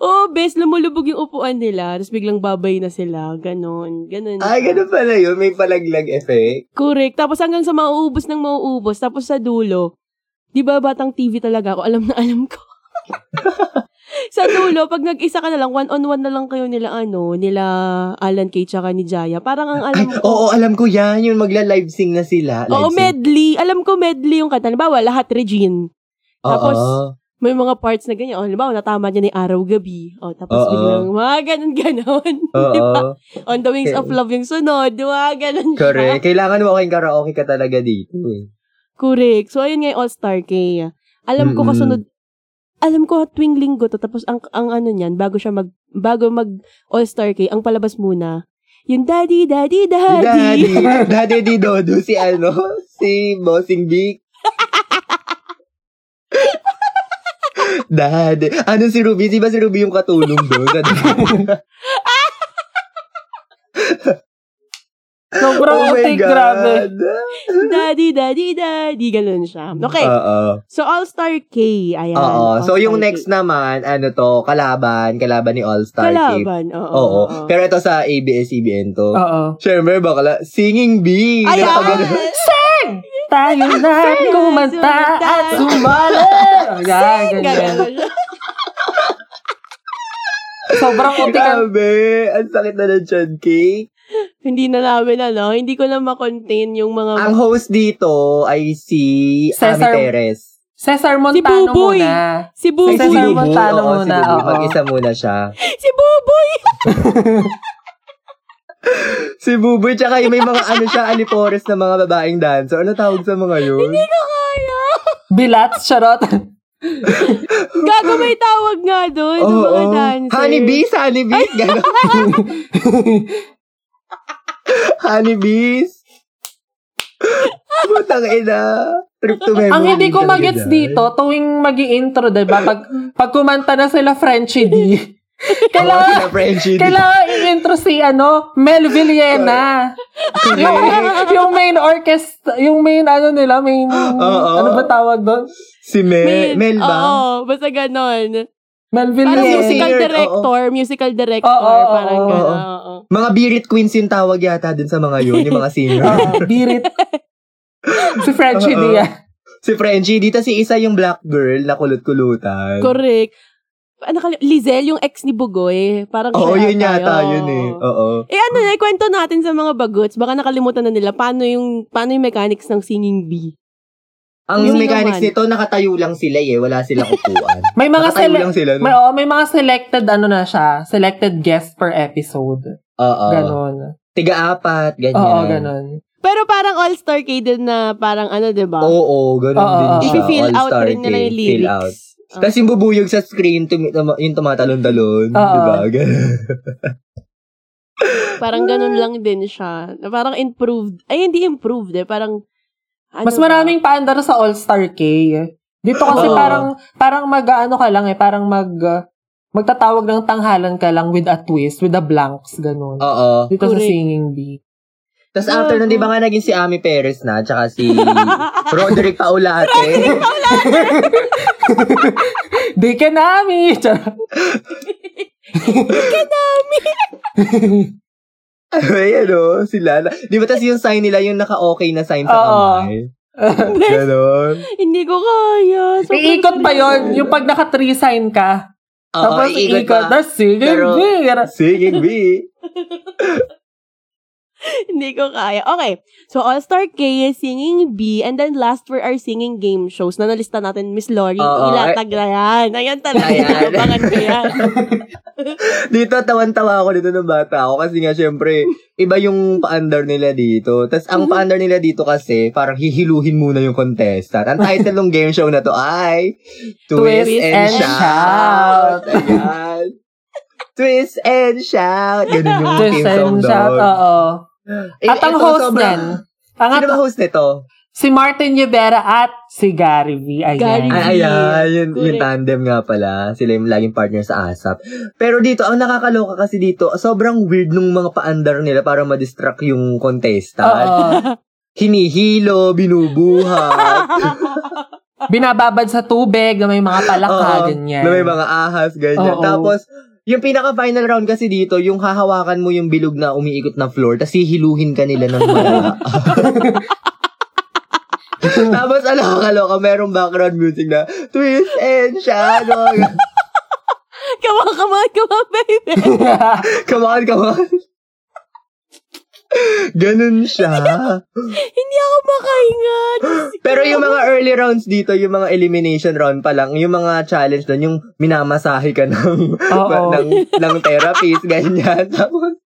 Oo, Oh, bes, lumulubog yung upuan nila. Tapos biglang babay na sila. Ganon. Ganon. Ay, siya. ganun pala yun. May palaglag effect. Correct. Tapos hanggang sa mauubos ng mauubos. Tapos sa dulo, di ba batang TV talaga ako? Alam na alam ko. sa dulo, pag nag-isa ka na lang, one-on-one na lang kayo nila, ano, nila Alan K. tsaka ni Jaya. Parang ang Ay, alam ko. oo, alam ko yan. Yung magla-live sing na sila. Live Oo, sing. medley. Alam ko medley yung kanta. Halimbawa, lahat Regine. Oo. tapos- May mga parts na ganyan. O, halimbawa, natama niya ni Araw Gabi. O, tapos Oo. biglang, mga ganon-ganon. Di Oo. ba? On the Wings of Okay. Love yung sunod. Di ba? Ganon siya. Correct. Kailangan mo kayong karaoke ka talaga dito. eh. Correct. So, ayun nga yung All-Star K. Alam ko Mm-mm. kasunod, alam ko tuwing linggo to, tapos ang, ang ano niyan, bago siya mag, bago mag All-Star K, ang palabas muna, yung daddy, daddy, Daddy. daddy. Daddy di Dodo. Si ano? Si Bossing Big. Daddy. Ano si Ruby? Di ba si Ruby yung katulong doon? Sobrang Oh my antik, God. grabe. daddy, daddy, daddy. Ganun siya. Okay. Oo. so, All-Star K. Ayan. Ah. Oo. So, All-Star K. yung next naman, ano to, kalaban. Kalaban ni All Star Kalaban. Kalaban. Oo. Oo. oo. Pero ito sa ABS-CBN to. Oo. Siyempre, bakla, singing bee. ah! Nakapagano- Ayan! Tayo na kumanta at sumali. Ayan, ganyan. Ganun siya. Sobrang antik. ang- Grabe, ang sakit na ng Chad Cake. Hindi na namin ano, hindi ko na makontain yung mga... Ang host dito ay si Ami Cesar- Perez. Cesar Si Montano Buboy. muna. si Buboy. Cesar Bubu. Montano Oo, muna, Si Bubu. oo. Mag-isa muna siya. si Buboy! Si Buboy, tsaka yung may mga ano siya, alipores na mga babaeng dancer. Ano tawag sa mga yun? Bilats, charot. Gago may tawag nga doon sa mga dancer. Honeybees, honeybees. Ganon. honeybees. Butang ina. Trip to memory. Ang hindi ko talaga magets dyan. dito, tuwing mag intro diba? Pag, pag kumanta na sila Frenchie D. Oo, Kailangan, sila Frenchie. kailangan i-intro si, ano, Mel Villena. yung, yung main orchestra, yung main, ano nila, main, Oo. ano ba tawag doon? Si Mel, May- Mel ba? Oo, basta ganon. Mel Parang Yes. Villena. musical Singer, director, musical director, Oo, oo, parang oo, ganon. oo. Mga birit queens yung tawag yata dun sa mga yun, yung mga singer. Oo, birit. Ah, si Frenchie D. ah. si Frenchie, dito si isa yung black girl na kulot-kulutan. Correct. Ano kali- Lizelle, yung ex ni Bugoy. Parang Oo, siya yun yata, oo. yun eh. Oo. Eh ano na, kwento natin sa mga bagots. Baka nakalimutan na nila paano yung, paano yung mechanics ng singing bee. Ang Sino man? mechanics nito, nakatayo lang sila eh. Wala silang upuan. May mga nakatayo sele- lang sila. no? may, oo, may mga selected ano na siya, selected guest per episode. Oo. Ganon. Tiga-apat, Ah, ganyan. Oo, ganon. Pero parang all-star K din na parang ano, di ba? Oo, ganun Oo, din oo. siya. I-feel out All-star rin nila team, yung Fill out. lyrics. Ah. Oo. Tapos yung bubuyog sa screen, tumi- tuma- yung tumatalon-talon. Oo. Diba? Ganun. Parang ganun lang din siya. Na Parang improved. Ay, hindi improved eh. Parang, ano Mas ba? maraming paandar sa All-Star K. Dito kasi Oo. parang parang mag-ano ka lang eh, parang mag magtatawag ng tanghalan ka lang with a twist, with a blanks, ganun. Oo. Dito sa Correct. singing bee. Tapos after nun, di ba nga naging si Ami Perez na, tsaka si Roderick Paulate. Di ka nami! Charot. Ay, ano, sila. na- Di ba tas yung sign nila, yung naka-okay na sign sa Oo. kamay? Ganon. Hindi ko kaya. Sobrang Iikot pa sarap. yon yung pag naka-three sign ka. Oo, Tapos iikot, pa. tapos sige, Pero- sige. Singing bee. Hindi ko kaya. Okay. So, All-Star K, Singing B, and then last for our singing game shows na nalista natin, Miss Lori, Oo. ilatag na yan. Ayan talaga. Ayan. Abangan ko yan. Dito, tawan-tawa ako dito ng bata ako kasi nga, syempre, iba yung paandar nila dito. Mhm. Tapos, ang paandar nila dito kasi, parang hihiluhin muna yung contestant. Ang title ng game show na to ay Twist, and, Shout. Ayan. Twist and Shout. Ganun yung Just theme song send shout, doon. oo. Eh, At ang ito, host sobrang- din, ang Sino ba at, host nito? si Martin Rivera at si Gary V. Ayan. Gary V. Ay, ayan, yun, yung Correct. tandem nga pala. Sila yung laging partner sa ASAP. Pero dito, ang nakakaloka kasi dito, sobrang weird nung mga paandar nila para ma-distract yung contestant. Oo. Hinihilo, binubuhat. Binababad sa tubig na may mga palaka, Oo, ganyan. Na may mga ahas, ganyan. Oo. Tapos, yung pinaka-final round kasi dito, yung hahawakan mo yung bilog na umiikot na floor, tapos hihiluhin ka nila ng malala. Tapos, alam ka, loka, merong background music na twist and shadow. Come on, come on, come on, baby. come on, come on. Ganun siya. Hindi ako makahinga. Pero yung mga early rounds dito, yung mga elimination round pa lang, yung mga challenge doon, yung minamasahe ka ng, Oo. ng, ng therapist, ganyan. Tapos,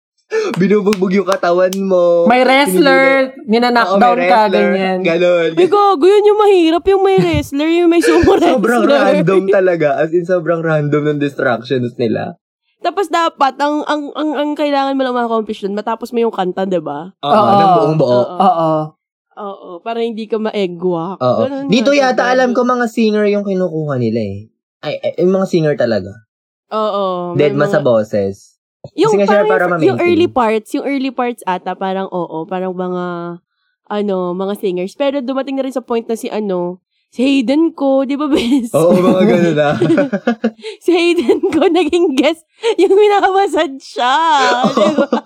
binubugbog yung katawan mo. may wrestler, Oo, ninanakdown may ka, wrestler. ganyan. Ganon. Ay, gago, yun yung mahirap. Yung may wrestler, yung may sumo wrestler. Sobrang random talaga. As in, sobrang random ng distractions nila. Tapos dapat, ang, ang, ang, ang kailangan mo lang ma-accomplish dun, matapos mo yung kanta, di ba? Oo, Oo. ng buong buo. Oo. Oo. Oo, para hindi ka ma-egg-walk. Oo. Ganun Dito na, yata ganun. alam ko mga singer yung kinukuha nila eh. Ay, ay yung mga singer talaga. Oo. may Dead ma mga- sa boses. Yung, Kasi nga siya parang, para yung, yung ma-maintain. early parts, yung early parts ata, parang oo, parang mga, ano, mga singers. Pero dumating na rin sa point na si ano, si Hayden ko, di ba, bes? Oo, mga ganun na. si Hayden ko naging guest yung minakamasad siya. di ba?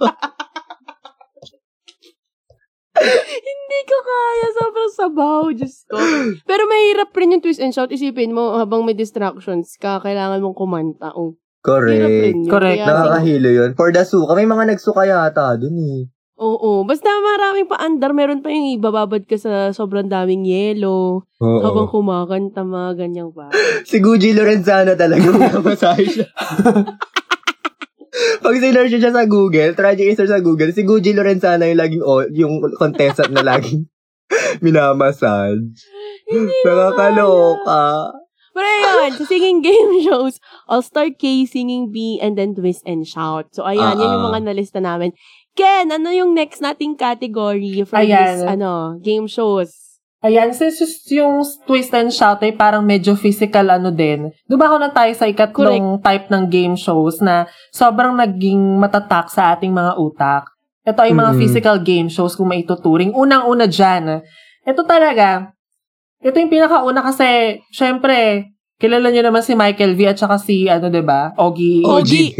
Hindi ko kaya. Sobrang sabaw. Diyos ko. Pero mahirap rin yung twist and shout. Isipin mo, habang may distractions ka, kailangan mong kumanta. Oh, hirap eh. Correct. rin yun. Correct. Kaya, Nakakahilo yun. For the suka. May mga nagsuka yata dun eh. Oo. Basta maraming paandar. Meron pa yung ibababad ka sa sobrang daming yelo. Oo. Habang kumakanta, mga ganyang ba. Si Gucci Lorenzana talaga. Namasahe siya. Pag sinerge siya sa Google, try niya i-search sa Google, si Gucci Lorenzana yung laging, o- yung contestant na laging minamassage. Hindi ko Nakakaloka. Pero ayun, sa singing game shows, All-Star K, Singing B, and then Twist and Shout. So ayan, yan yung Ah, ah. mga nalista namin. Ken, ano yung next nating category for this, Ayan. ano, game shows? Ayan, since just yung twist and shout ay parang medyo physical ano din. Diba ako na tayo sa ikatlong type ng game shows na sobrang naging matatak sa ating mga utak. Ito ay mga Mm-mm. physical game shows kung maituturing. Unang-una dyan. Ito talaga, ito yung pinakauna kasi, syempre, kilala niyo naman si Michael V at saka si, ano, 'di ba Ogie. Oh, Ogie.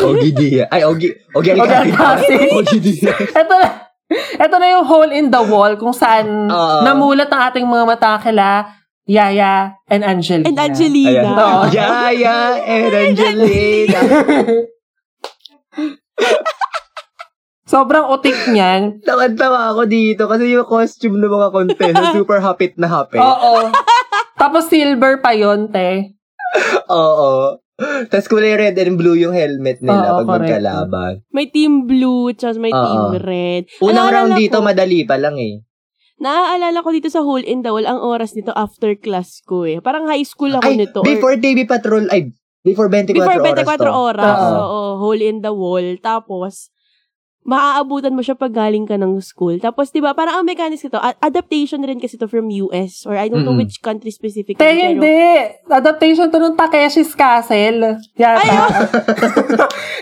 Ogie Dia. Ay, Ogie. Ogie Ogie Alcacil. Alcacil. Ogie Dia. Ito na. Ito na yung hole in the wall kung saan Oo. namulat ang ating mga mata kila Yaya and Angelina. And Ayan. Angelina. Oo. Yaya and Angelina. Sobrang utik niyan. Tawan-tawa ako dito kasi yung costume ng mga contestants, super hapit na hapit. Oo. Oo. Tapos silver pa yon te. Tapos kulay red and blue yung helmet nila Oo, pag correct. magkalaban. May team blue, tapos may Oo. team red. Unang Naalala round dito, ko- madali pa lang eh. Naaalala ko dito sa Hole in the Wall, ang oras nito after class ko eh. Parang high school ako Ay, nito. or- before TV Patrol, ay, before 24, before 24 oras to. oras. Oo. Oo, Hole in the Wall. Tapos, maaabutan mo siya pag galing ka ng school. Tapos, di ba, parang ang mechanics ito, a- adaptation rin kasi to from US or I don't know Mm-mm. which country specifically. Te, pero- hindi. Adaptation to ng Takeshi's Castle. Yata.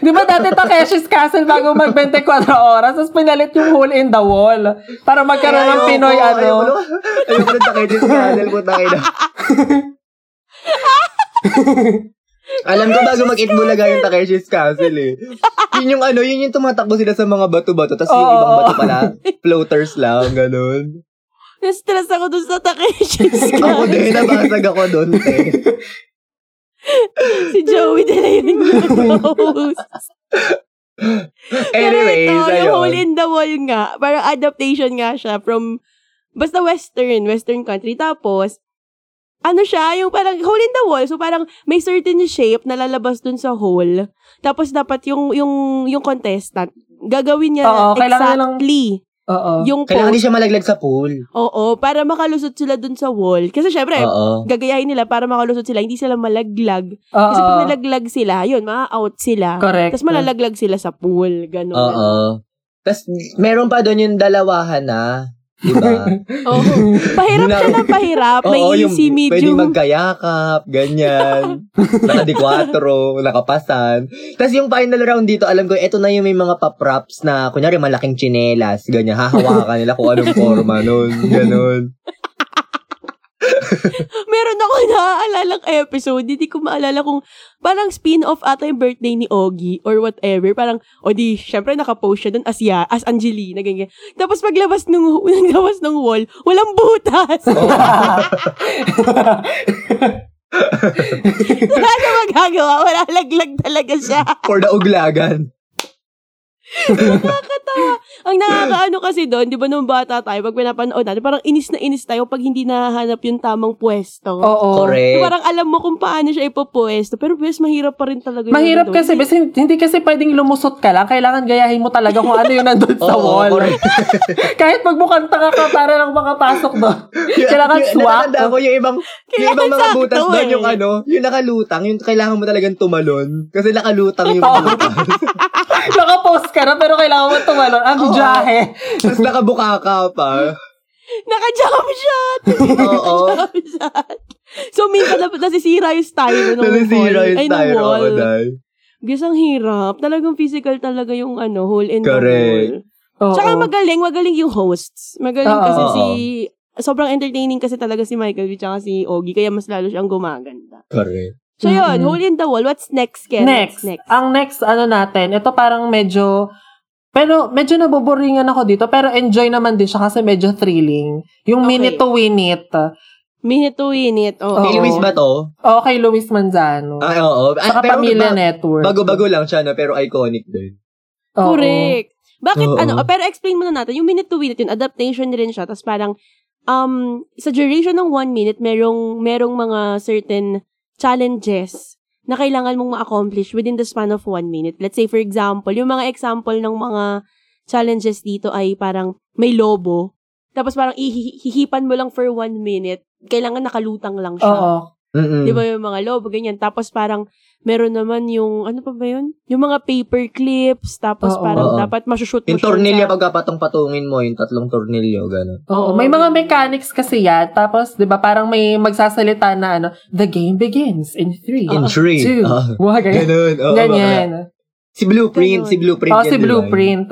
Di ba dati Takeshi's Castle bago mag 24 oras, tapos pinalit yung hole in the wall para magkaroon ng Pinoy Ayoko, ano. ayoko na takidin sa channel mo tayo na. Alam ko bago mag-eat bulaga yung Takeshi's Castle eh. Yun yung ano, yun yung tumatakbo sila sa mga bato-bato. Tapos yung Oo. ibang bato pala, floaters lang, ganun. Na-stress ako dun sa Takeshi's Ako Castle. din, nabasag ako doon. Eh. si Joey din na yun yung host. Anyways, Pero ito, yung Hole ayun. in the Wall nga, parang adaptation nga siya from, basta western, western country. Tapos, ano siya, yung parang hole in the wall. So parang may certain shape na lalabas dun sa hole. Tapos dapat yung yung yung contestant gagawin niya Oo, kailangan niya lang- exactly Oo. yung Kailangan pose. hindi siya malaglag sa pool. Oo, para makalusot sila dun sa wall. Kasi syempre, Oo. gagayahin nila para makalusot sila, hindi sila malaglag. Oo. Kasi pag nalaglag sila, yun, ma-out sila. Correct. Tapos malalaglag sila sa ano pool, ganun. Oo. Tapos meron pa doon yung dalawahan na. Diba? Oo. Oh, Pahirap Yun siya na- ng pahirap. May easy, medium. Pwedeng magkayakap, ganyan. naka di quattro, nakapasan. Tapos yung final round dito, alam ko, eto na yung may mga paprops na, kunyari, malaking chinelas, ganyan. Hahawakan nila kung anong forma nun, ganun. Meron ako naaalalang episode, hindi ko maalala kung parang spin-off ata yung birthday ni Ogie or whatever. Parang, o di, syempre nakapost siya dun as, ya, as Angelina, ganyan. Tapos paglabas nung, labas ng wall, walang butas. wala na magagawa, wala laglag talaga siya. For the uglagan. Nakakatawa. Ang nakakaano kasi doon, di ba nung bata tayo, pag pinapanood natin, parang inis na inis tayo pag hindi nahanap yung tamang pwesto. Oo. So, Correct. Oh, parang alam mo kung paano siya ipopuesto. Pero bes, mahirap pa rin talaga. yun Mahirap nandun. kasi, bes, hindi kasi pwedeng lumusot ka lang. Kailangan gayahin mo talaga kung ano yung nandun sa Oo, wall. correct. Kahit magmukanta ka ka para lang makapasok doon. Kailangan Yung- swak. natatandaan ko yung ibang, yung oh. Kailangan ibang mga sakto butas doon, yung eh. ano, yung nakalutang, yung kailangan mo talagang tumalon. Kasi nakalutang yung Oo. butas. Nakapost ka na pero kailangan mo tumalon. Ang bijahe. Tapos nakabuka ka pa. Naka-jump shot! Oh. Oo. Naka-jump shot! So, minsan na, nasisira yung style ng Nasisira wall. yung Ay, ng styro wall. ko dahil. Bes, ang hirap. Talagang physical talaga yung ano, hole in Correct. the wall. Tsaka magaling, magaling yung hosts. Magaling Oo. kasi si... Sobrang entertaining kasi talaga si Michael V tsaka si Ogie. Kaya mas lalo siyang gumaganda. Correct. So, yun. Mm-mm. Hole in the wall. What's next, Ken? Mm-hmm. Next, What's next? Ang next, ano natin, ito parang medyo, pero medyo naboboringan ako dito, pero enjoy naman din siya kasi medyo thrilling. Yung Okay. minute to win it. Minute to win it. Oo. Oo. Kay Luis ba to? Okay, Luis Manzano. Ah, oo. Ah, Saka Pamilya Network. Bago-bago lang siya, no? pero iconic din. Oo. Correct. Bakit Oo. ano? Pero explain muna natin. Yung minute to win it, yun, adaptation rin siya. Tapos parang, um, sa duration ng one minute, merong, merong mga certain challenges na kailangan mong ma-accomplish within the span of one minute. Let's say, for example, yung mga example ng mga challenges dito ay parang may lobo. Tapos parang ihihipan mo lang for one minute. Kailangan nakalutang lang siya. Oo. Mm-mm. Di ba yung mga lobo, ganyan. Tapos parang meron naman yung, ano pa ba yun? Yung mga paper clips, tapos Oo. parang Oo. dapat masushoot mo Yung siya tornilyo, sa- pagkapatong-patungin mo, yung tatlong tornilyo, gano'n. Oo, Oo. may mga mechanics kasi yan. Tapos, di ba, parang may magsasalita na ano, the game begins in three, In three. two, Ah, one. Ganyan. ganun. Oo, baka- Ganyan. Si Blueprint, Ganun. si Blueprint. Oh, yan, si di ba? Blueprint.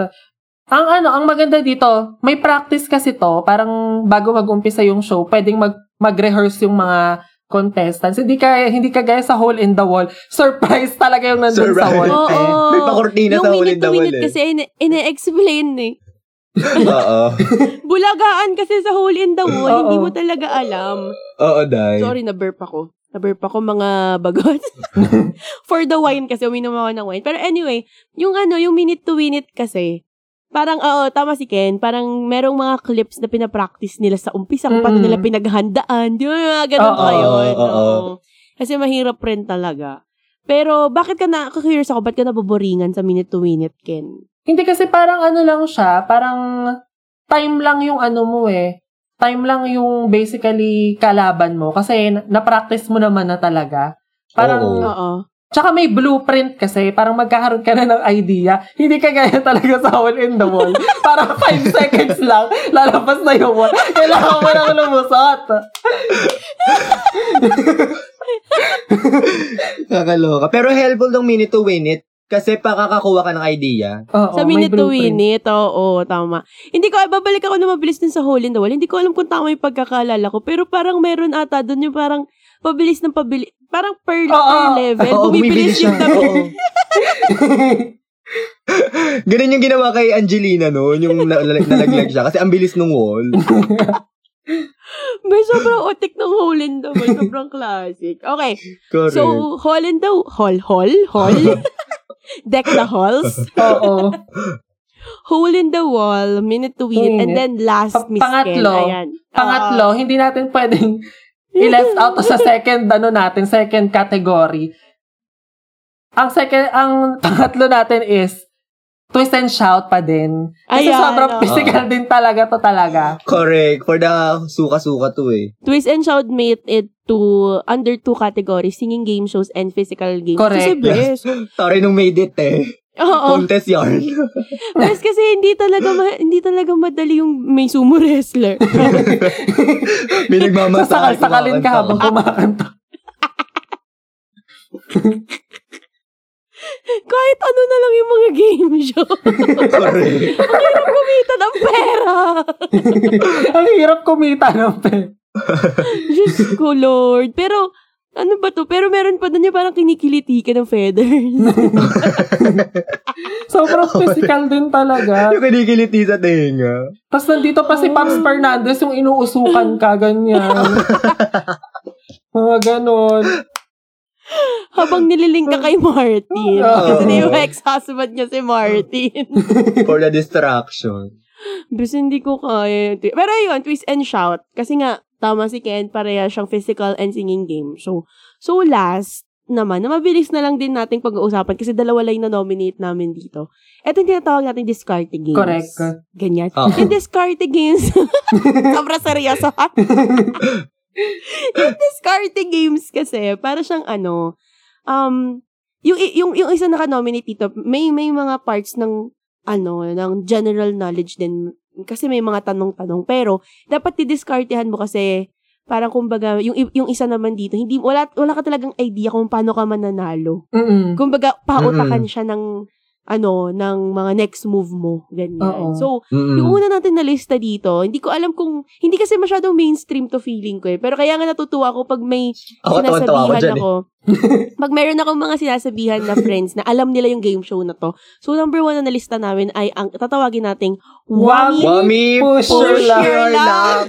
Ang ano, ang maganda dito, may practice kasi to, parang bago mag-umpisa yung show, pwedeng mag mag-rehearse yung mga contestants. Hindi ka hindi ka gaya sa hole in the wall. Surprise talaga yung nandun sa Surprise. wall. Oo. eh. May pakortina yung sa hole in minute the to wall minute eh. kasi ine- ine-explain eh. Oo. Bulagaan kasi sa hole in the wall, Oo. hindi mo talaga alam. Oo, dahil. Sorry, na-burp ako. Na-burp ako mga bagot. For the wine kasi, uminom ako ng wine. Pero anyway, yung ano, yung minute to win it kasi, parang, oo, tama si Ken, parang merong mga clips na pinapractice nila sa umpisa, kung paano Mm-mm. nila pinaghandaan. Di ba, yung mga ganun Oo, pa yun. Mm. oo, oo. oo. Kasi mahirap rin talaga. Pero, bakit ka na, curious ako, ba't ka naboboringan sa minute to win it, Ken? Hindi kasi parang ano lang siya, parang time lang yung ano mo eh. Time lang yung basically kalaban mo kasi na- na-practice mo naman na talaga. Parang Oo. Oo. Tsaka may blueprint kasi, parang magkakaroon ka na ng idea. Hindi ka gaya talaga sa hole in the wall. parang 5 seconds lang, lalabas na yung wall. Kailangan mo nang lumusot. Kakaloka. Pero helpful tong minute to win it. Kasi pakakakuha ka ng idea. Oo, Sa may minute to blueprint. minute, oo, tama. Hindi ko, babalik ako na mabilis dun sa hole in the wall. Hindi ko alam kung tama yung pagkakaalala ko, pero parang meron ata dun yung parang pabilis ng pabilis, parang Oo. per, per level, Oo, bumibilis bumibilis yung siya. tabi. Oo. Ganun yung ginawa kay Angelina noon, yung na- na- nalaglag siya. Kasi ang bilis nung wall. May sobrang otik ng hole in the wall, sobrang classic. Okay, Correct. so hole in the, hole, hole, hole, deck the halls, Oo. hole in the wall, minute to win, Minute. and then last Pa- miss Kel. pangatlo. Ayan. Ah. Pangatlo, hindi natin pwedeng i-left out to sa second ano natin, second category. Ang second ang pangatlo natin is twist and shout pa din. Kasi Ayan, sobrang oo. physical din talaga to talaga. Correct. For the suka-suka to eh. Twist and Shout made it to under two categories, singing game shows and physical games. Kasi Correct. best. Sorry nung made it eh. Oo. Contest yarn. Best kasi hindi talaga ma- hindi talaga madali yung may sumo wrestler. May nagmamasahe. Sasakal-sakalin ka habang kumakanta. Kahit ano na lang yung mga game show. Correct. Ang hirap kumita ng pera. Ang hirap kumita ng pe. Diyos ko, Lord. Pero, ano ba to? Pero meron pa doon yung parang kinikiliti ka ng feathers. Sobrang physical din talaga. yung kinikiliti sa tenga. Tapos nandito pa si Pops Fernandez yung inuusukan ka, ganyan. Mga ganon. habang nililing ka kay Martin. Kasi na yung Oo. ex-husband niya si Martin. For the distraction. Basta hindi ko kaya. yung twi- Pero yun, twist and shout. Kasi nga, tama si Ken, pareha siyang physical and singing game. So, so last naman, na mabilis na lang din nating pag-uusapan kasi dalawa lang na nominate namin dito. Ito yung tinatawag natin discarte games. Correct. Ganyan. Oo. Yung discarte games, sobrang seryoso ha. yung discarte games kasi, para siyang ano, um, yung, i- yung, yung isa naka-nominate dito, may, may mga parts ng, ano, ng general knowledge din. Kasi may mga tanong-tanong. Pero, dapat didiscartehan mo kasi, parang kumbaga, yung, i- yung isa naman dito, hindi, wala, wala ka talagang idea kung paano ka mananalo. Mm-mm. Kumbaga, pautakan siya ng, ano, ng mga next move mo. Ganyan. Oo. So, Mm-mm. yung una natin na lista dito, hindi ko alam kung, hindi kasi masyadong mainstream to feeling ko eh. Pero kaya nga natutuwa ako pag may Ako tuwan-tuwa ako sinasabihan dyan eh. ako. pag meron akong mga sinasabihan na friends na alam nila yung game show na to. So, number one na nalista namin ay ang tatawagin nating Wami. Mami, Push your luck. luck.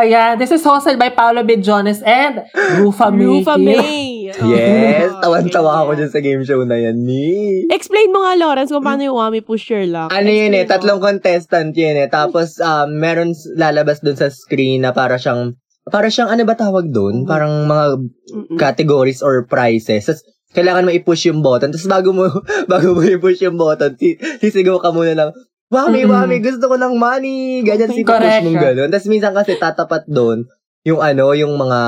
Ayan, this is hosted by Paolo Bedjones and Rufa Lufa Miki. May. Yes, Oh, tawan-tawa ako ganyan. dyan sa game show na yan, ni. Explain mo nga, Lawrence, kung paano yung Wami Push Your Luck. Ano yun eh, Explain mo. tatlong contestant yun eh. Tapos, um, meron s- lalabas dun sa screen na para siyang, para siyang ano ba tawag dun? Parang mga Mm-mm. categories or prizes. Tapos, kailangan mo i-push yung button. Tapos, bago mo, bago mo i-push yung button, si- sisigaw ka muna lang, Mami, Mm-mm. mami, gusto ko ng money! Ganyan Okay. si push Correct. mong gano'n. Tapos, minsan kasi tatapat dun yung ano, yung mga,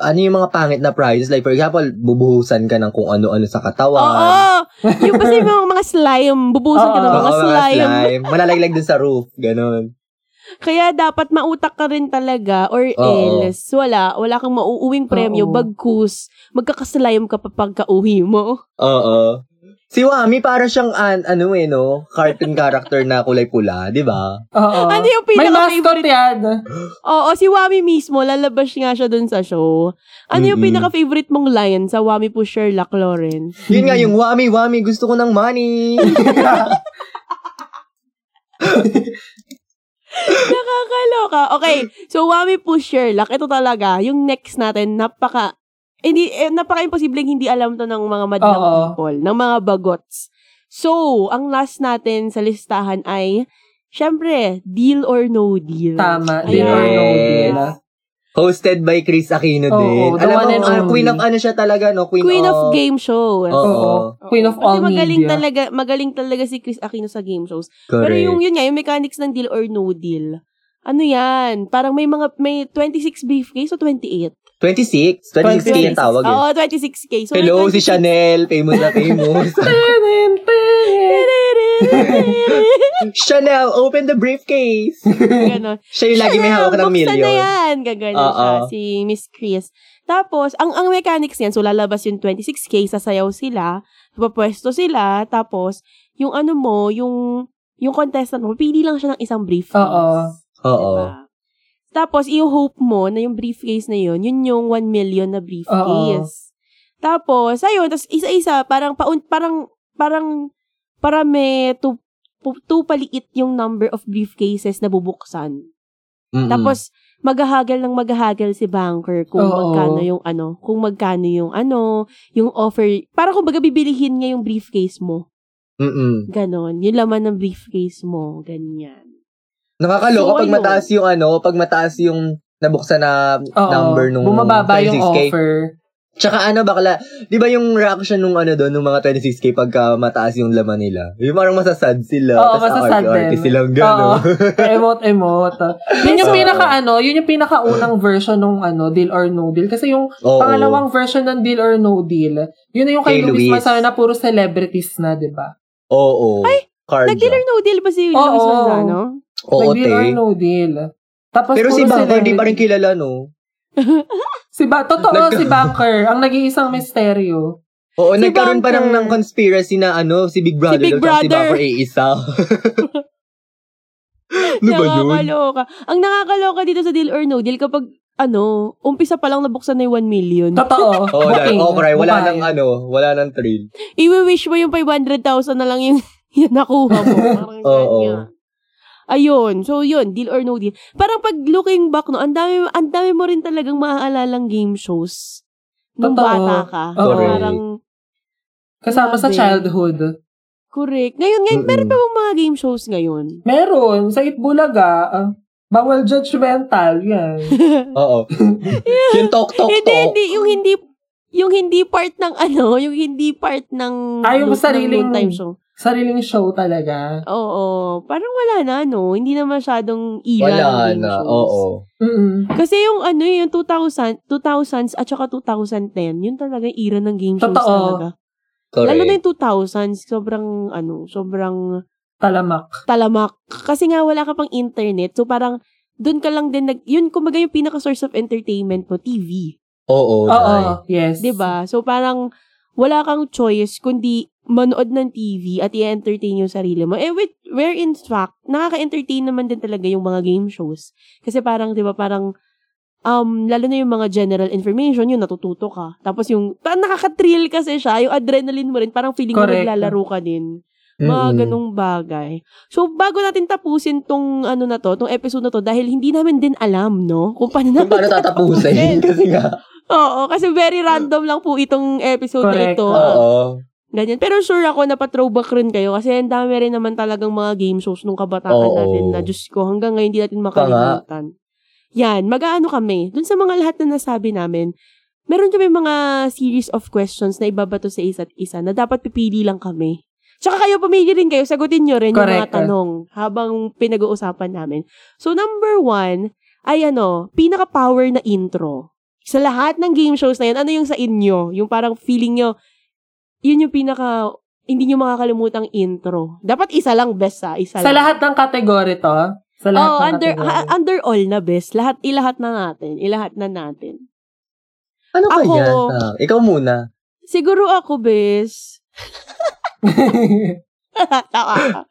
ano yung mga pangit na prizes. Like, for example, bubuhusan ka ng kung ano-ano sa katawan. Oo! Yung kasi yung mga, mga slime, bubusan ka ng Oo, mga Oo, slime. Malalaglag dun sa roof. Ganon. Kaya dapat mautak ka rin talaga or Oo. else wala, wala kang mauuwing premyo Oo. bagkus magkakaslime ka pa pagka-uwi mo. Oo. Si Wami para siyang an, ano eh no, cartoon character na kulay pula, 'di ba? Oo. Ano yung May pinaka-favorite? mascot yan. Oo, si Wami mismo lalabas nga siya dun sa show. Ano yung Mm-mm. pinaka-favorite mong line sa Wami po Sherlock Lauren? Yun nga yung Wami, Wami, gusto ko ng money. Nakakaloka. Okay, so Wami po Sherlock, ito talaga, yung next natin napaka hindi eh, napaka-imposible hindi alam to ng mga madlang Oo. people, ng mga bagots. So, ang last natin sa listahan ay syempre, deal or no deal. Tama. Deal or no deal. ah. Hosted by Chris Aquino Oo, din. the Alam one mo, and ah, only. queen of ano siya talaga, no? Queen, Queen of game shows. Oo. Oo. Queen of Kasi all magaling media. talaga, magaling talaga si Chris Aquino sa game shows. Correct. Pero yung yun nga, yung mechanics ng deal or no deal. Ano yan? Parang may mga, may 26 briefcase o 28? 26? 26K ang tawag eh. Oo, 26K. So, Hello, si 26K. Chanel. Famous na famous. Chanel, open the briefcase. Ganon. Siya yung lagi may hawak ng Buksan na million. yan. Gagano siya, Oo. si Miss Chris. Tapos, ang ang mechanics niyan, so lalabas yung 26K, sasayaw sila, papwesto sila, tapos, yung ano mo, yung yung contestant mo, pili lang siya ng isang briefcase. Oo. Oo. Diba? Tapos, i-hope mo na yung briefcase na yun, yun yung 1 million na briefcase. Tapos, ayun, tapos isa-isa, parang, paun, parang, parang, para may tu, pu- tupaliit yung number of briefcases na bubuksan. Mm. Mm-mm. Tapos, maghahagal ng maghahagal si banker kung Oo. magkano yung ano, kung magkano yung ano, yung offer. Parang kumbaga bibilihin niya yung briefcase mo. Mm-mm. Ganon. Yung laman ng briefcase mo. Ganyan. Nakakaloka So, pag ayun. mataas yung ano, pag mataas yung nabuksan na Oo. number nung Bumababa yung 26K. offer. Tsaka ano, bakla, di ba yung reaction nung ano doon, nung mga 26K pagka mataas yung laman nila? Yung parang masasad sila. Oo, tas masasad aarte-arte din. silang gano'n. Emote-emote. Yun yung Oo. pinaka ano, yun yung pinakaunang version nung ano, deal or no deal. Kasi yung Oo. pangalawang version ng deal or no deal, yun na yung kay Kay Luis Luis. Manzano na puro celebrities na, di ba? Oo. Ay, Carja. Nag-deal or no deal ba si Oo. Luis Manzano? Oo, Nag-deal or te. no deal. Tapos Pero si puro Bangor, di celebrity. pa rin kilala, no? Si ba totoo Nagka- si Banker, ang nag-iisang misteryo. Oo, Si nagkaroon pa ng, Bangker. ng conspiracy na ano, si Big Brother. Big daw, tsaka Si Brother. Bangor ay isa. ano ba yun? Nakakaloka. Ang nakakaloka dito sa deal or no deal kapag ano, umpisa pa lang nabuksan na yung 1 million. Totoo. Oo, dahil, Booking. oh, cry. Wala Bukayan. nang ano, wala nang thrill. Iwi-wish mo yung 500,000 na lang yung, yung nakuha mo. Parang Oo. ganyan. Ayun. So, yun. Deal or no deal. Parang pag looking back, no, ang dami, ang dami mo rin talagang maaalalang game shows. Nung Totoo. bata ka. Oo. Correct. Parang, Kasama sa Grabe. childhood. correct. Ngayon, ngayon, Mm-mm. meron pa bang mga game shows ngayon? Meron, sa Itbulaga, ah, bawal judgmental, yan. Oo. yung talk, talk, hindi, talk. hindi. Yung hindi, yung hindi part ng ano, yung hindi part ng Ah, yung ng- ng sariling- noon time show. Sariling show talaga. Oo. Parang wala na, no? Hindi na masyadong era ng Wala game na. shows. Oo. Mm-mm. Kasi yung ano, yung 2000, 2000s at saka 2010, yun talaga yung era ng game shows Totoo. talaga. Lalo na Correct. yung 2000s, sobrang ano, sobrang Talamak. talamak. Kasi nga wala ka pang internet, so parang doon ka lang din nag yun kumbaga yung pinaka source of entertainment mo TV, Oo, Oo, dai. yes. 'di ba? So parang wala kang choice kundi manood ng TV at i-entertain yung sarili mo. Eh, with, where in fact, nakaka-entertain naman din talaga yung mga game shows. Kasi parang, di ba, parang, um, lalo na yung mga general information, yun, natututo ka. Tapos yung, parang nakaka-thrill kasi siya, yung adrenaline mo rin, parang feeling mo Correct. naglalaro ka din. Mga ganong bagay. So, bago natin tapusin tong ano na to, tong episode na to, dahil hindi namin din alam, no? Kung paano Kung namin paano tatapusin. Kasi nga. Oo, kasi very random lang po itong episode Correct. na ito. Oo. Ganyan. Pero sure ako, napathrowback rin kayo kasi ang dami rin naman talagang mga game shows nung kabataan Oo. natin na, Diyos ko, hanggang ngayon hindi natin makalimutan. Yan, mag-aano kami. Dun sa mga lahat na nasabi namin, meron kami mga series of questions na ibabato sa isa't isa na dapat pipili lang kami. Tsaka kayo, pumili rin kayo, sagutin nyo rin yung mga Correct. tanong habang pinag-uusapan namin. So, number one, ay ano, pinaka-power na intro. Sa lahat ng game shows na yun, ano yung sa inyo? Yung parang feeling nyo, yun yung pinaka, hindi nyo makakalimutang intro. Dapat isa lang, best ha? Isa Sa lang. lahat ng kategory to, ah. sa lahat ng Oh, under, kategory. ha- under all na best. Lahat, ilahat na natin. Ilahat na natin. Ano ba Ako- yan? Ah, ikaw muna. Siguro ako, best. Tawa ka.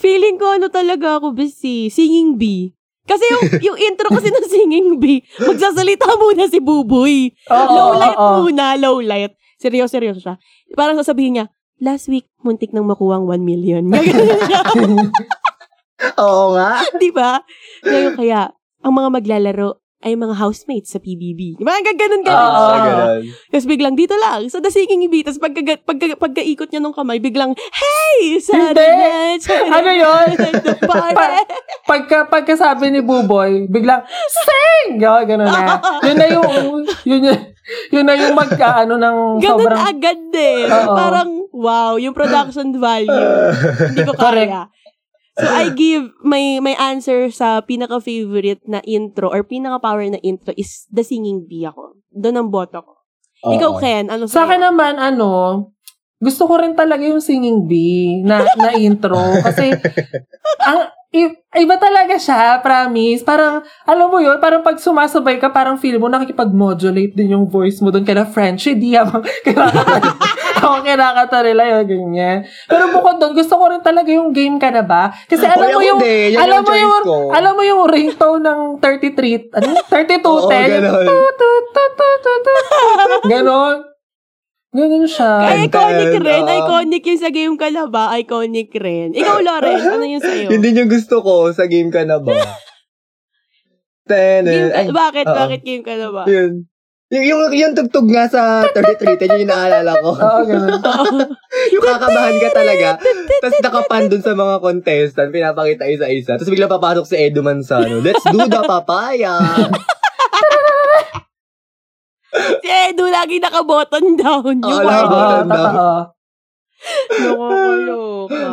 Feeling ko ano talaga ako, best, si Singing Bee. Kasi yung, yung intro kasi ng Singing Bee, magsasalita muna si Buboy. Oo, low light oo. muna, low light. Seryoso, seryoso siya. Parang sasabihin niya, last week, muntik nang makuha ang 1 million. Ganyan siya. Oo nga. Di ba? Ngayon kaya, ang mga maglalaro ay mga housemates sa PBB. Mga gaganon ganon Oo. siya. Ah, ganun. Tapos biglang dito lang, sa The Singing Bee. Tapos pagka, pagka, pagkaikot niya ng kamay, biglang, Hey! Saturday night! Ano yun? The party! pagka, pagkasabi ni Buboy, biglang, sing! Oh, ganun na. Yun na yung, yun, yun, yun na yung magka, ano, ng Ganun sobrang, agad eh. Oo. Parang, wow, yung production value. Hindi ko Correct. kaya. So, I give my my answer sa pinaka-favorite na intro or pinaka-power na intro is The Singing Bee ako. doon ang boto ko. Oo. Ikaw, Ken, ano Sa akin sa'yo? naman, ano, gusto ko rin talaga yung singing bee na, na intro. Kasi, ang, i- iba talaga siya, promise. Parang, alam mo yun, parang pag sumasabay ka, parang feel mo nakikipag-modulate din yung voice mo doon kay na French. Hindi habang kinakata- habang kinakata nila yun, ganyan. Pero bukod doon, gusto ko rin talaga yung game ka na ba? Kasi Hoy, alam mo Ah, ako yung, din, yan alam yung mo choice yung, ko. alam mo yung ringtone ng 33, ano? 3210? Oo, ganun. Ganon. Ganon siya. Ay, iconic Ken, rin. ah. Iconic yung sa game ka na ba? Iconic rin. Ikaw, Loren, ano yung sa'yo? Yun din yung gusto ko sa game ka na ba? Ten, Game, ay, bakit? oo. Bakit game ka na ba? yun. Yung, yung, yung tugtog nga sa 33, ten, yun yung naalala ko. Oo, ganun. yung kakabahan ka talaga. Tapos nakapan dun sa mga contestant, pinapakita isa-isa. Tapos bigla papasok si Edo Manzano. Let's do the papaya! Si Edu lagi naka-button down. Yung Oo, part lagi. Oo, totoo. Nakakaloka.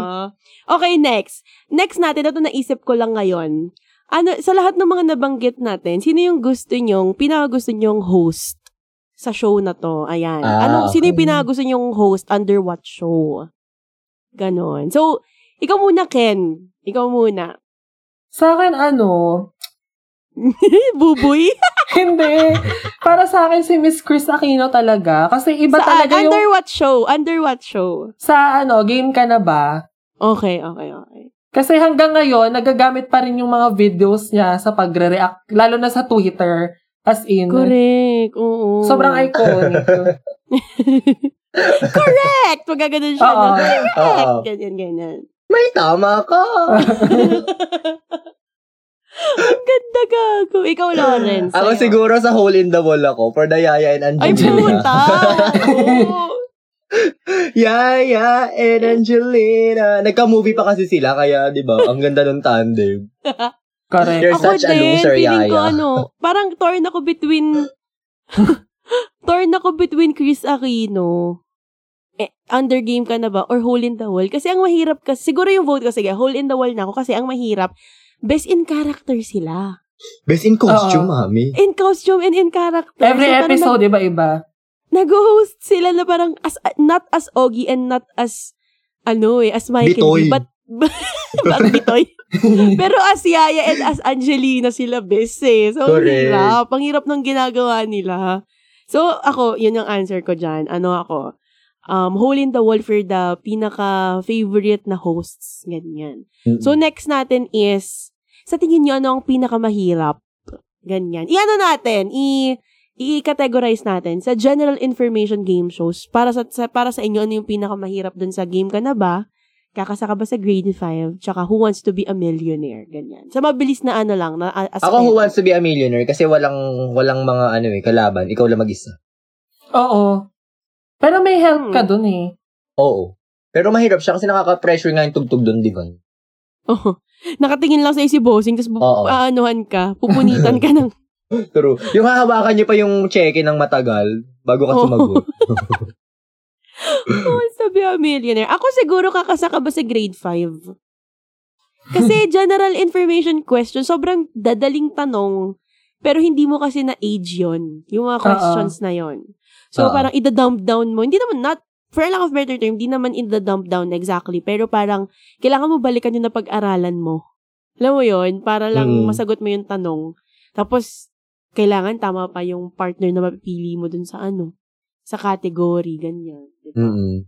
Okay, next. Next natin, ito naisip ko lang ngayon. Ano, sa lahat ng mga nabanggit natin, sino yung gusto nyong, pinakagusto nyong host sa show na to? Ayan. Ah, ano, sino yung okay. pinakagusto nyong host under what show? Ganon. So, ikaw muna, Ken. Ikaw muna. Sa akin, ano, Buboy? hindi. Para sa akin, si Miss Chris Aquino talaga. Kasi iba Saan? talaga Under yung, what show? Under what show? sa ano, game ka na ba? Okay, okay, okay. Kasi hanggang ngayon, nagagamit pa rin yung mga videos niya sa pagre-react, lalo na sa Twitter. As in, Correct. Oo. sobrang iconic. Correct! Pagkaganon siya. Oo. no? Correct! Oo. Ganyan, ganyan. May tama ka! Ang ganda gago. Ikaw, Lawrence. ako sa'yo. siguro sa hole in the wall ako for the Yaya Ay, and Angelina. puta! Oo. Yaya and Angelina. Nagka-movie pa kasi sila, kaya di ba? Ang ganda ng tandem. Correct. You're ako such a din, loser, feeling ko Yaya. ano, parang torn ako between, torn ako between Chris Aquino, eh, under game ka na ba, or hole in the wall. Kasi ang mahirap, kasi, siguro yung vote ko, sige, hole in the wall na ako, kasi ang mahirap, best in character sila. Best in costume, Oo. mami. In costume and in character. Every So, parang episode, iba-iba. nag-host sila na parang as not as Ogie and not as ano eh, as Michael B, Bitoy. but but bitoy. Pero as Yaya and as Angelina sila best eh. So, ang Correct. hirap. Ang hirap ng ginagawa nila. So, ako, yun yung answer ko dyan. Ano ako? Um, hole in the wall for the pinaka-favorite na hosts. Ganyan. Eh, Mm. So, next natin is, sa tingin nyo, ano ang pinakamahirap? Ganyan. I-ano natin? I- i-categorize natin sa general information game shows para sa, sa- para sa inyo ano yung pinakamahirap dun sa game ka na ba? Kakasa ka ba sa grade 5? Tsaka who wants to be a millionaire? Ganyan. Sa mabilis na ano lang. Na, as ako who wants to be a millionaire kasi walang walang mga ano eh, kalaban. Ikaw lang mag-isa. Oo. Pero may help ka Hmm. dun eh. Oo. Pero mahirap siya kasi nakaka-pressure nga yung tugtog doon, di ba? Oo. Nakatingin lang sa'yo si bossing tapos Oo. aanuhan ka. Pupunitan ka ng... True. Yung hahawakan niyo pa yung check-in ng matagal bago ka Oo. sumagot. Who wants to be a millionaire? Ako siguro kakasa ka ba sa grade 5? Kasi general information question, sobrang dadaling tanong, pero hindi mo kasi na age yon Yung mga questions na yon So, Oo. parang ida-dump down mo. Hindi naman, not, for lack of better term, hindi naman ida-dump down exactly, pero parang, kailangan mo balikan yung napag-aralan mo. Alam mo yon Para lang Mm. masagot mo yung tanong. Tapos, kailangan tama pa yung partner na mapipili mo dun sa ano, sa category, ganyan. Diba? Mm-mm.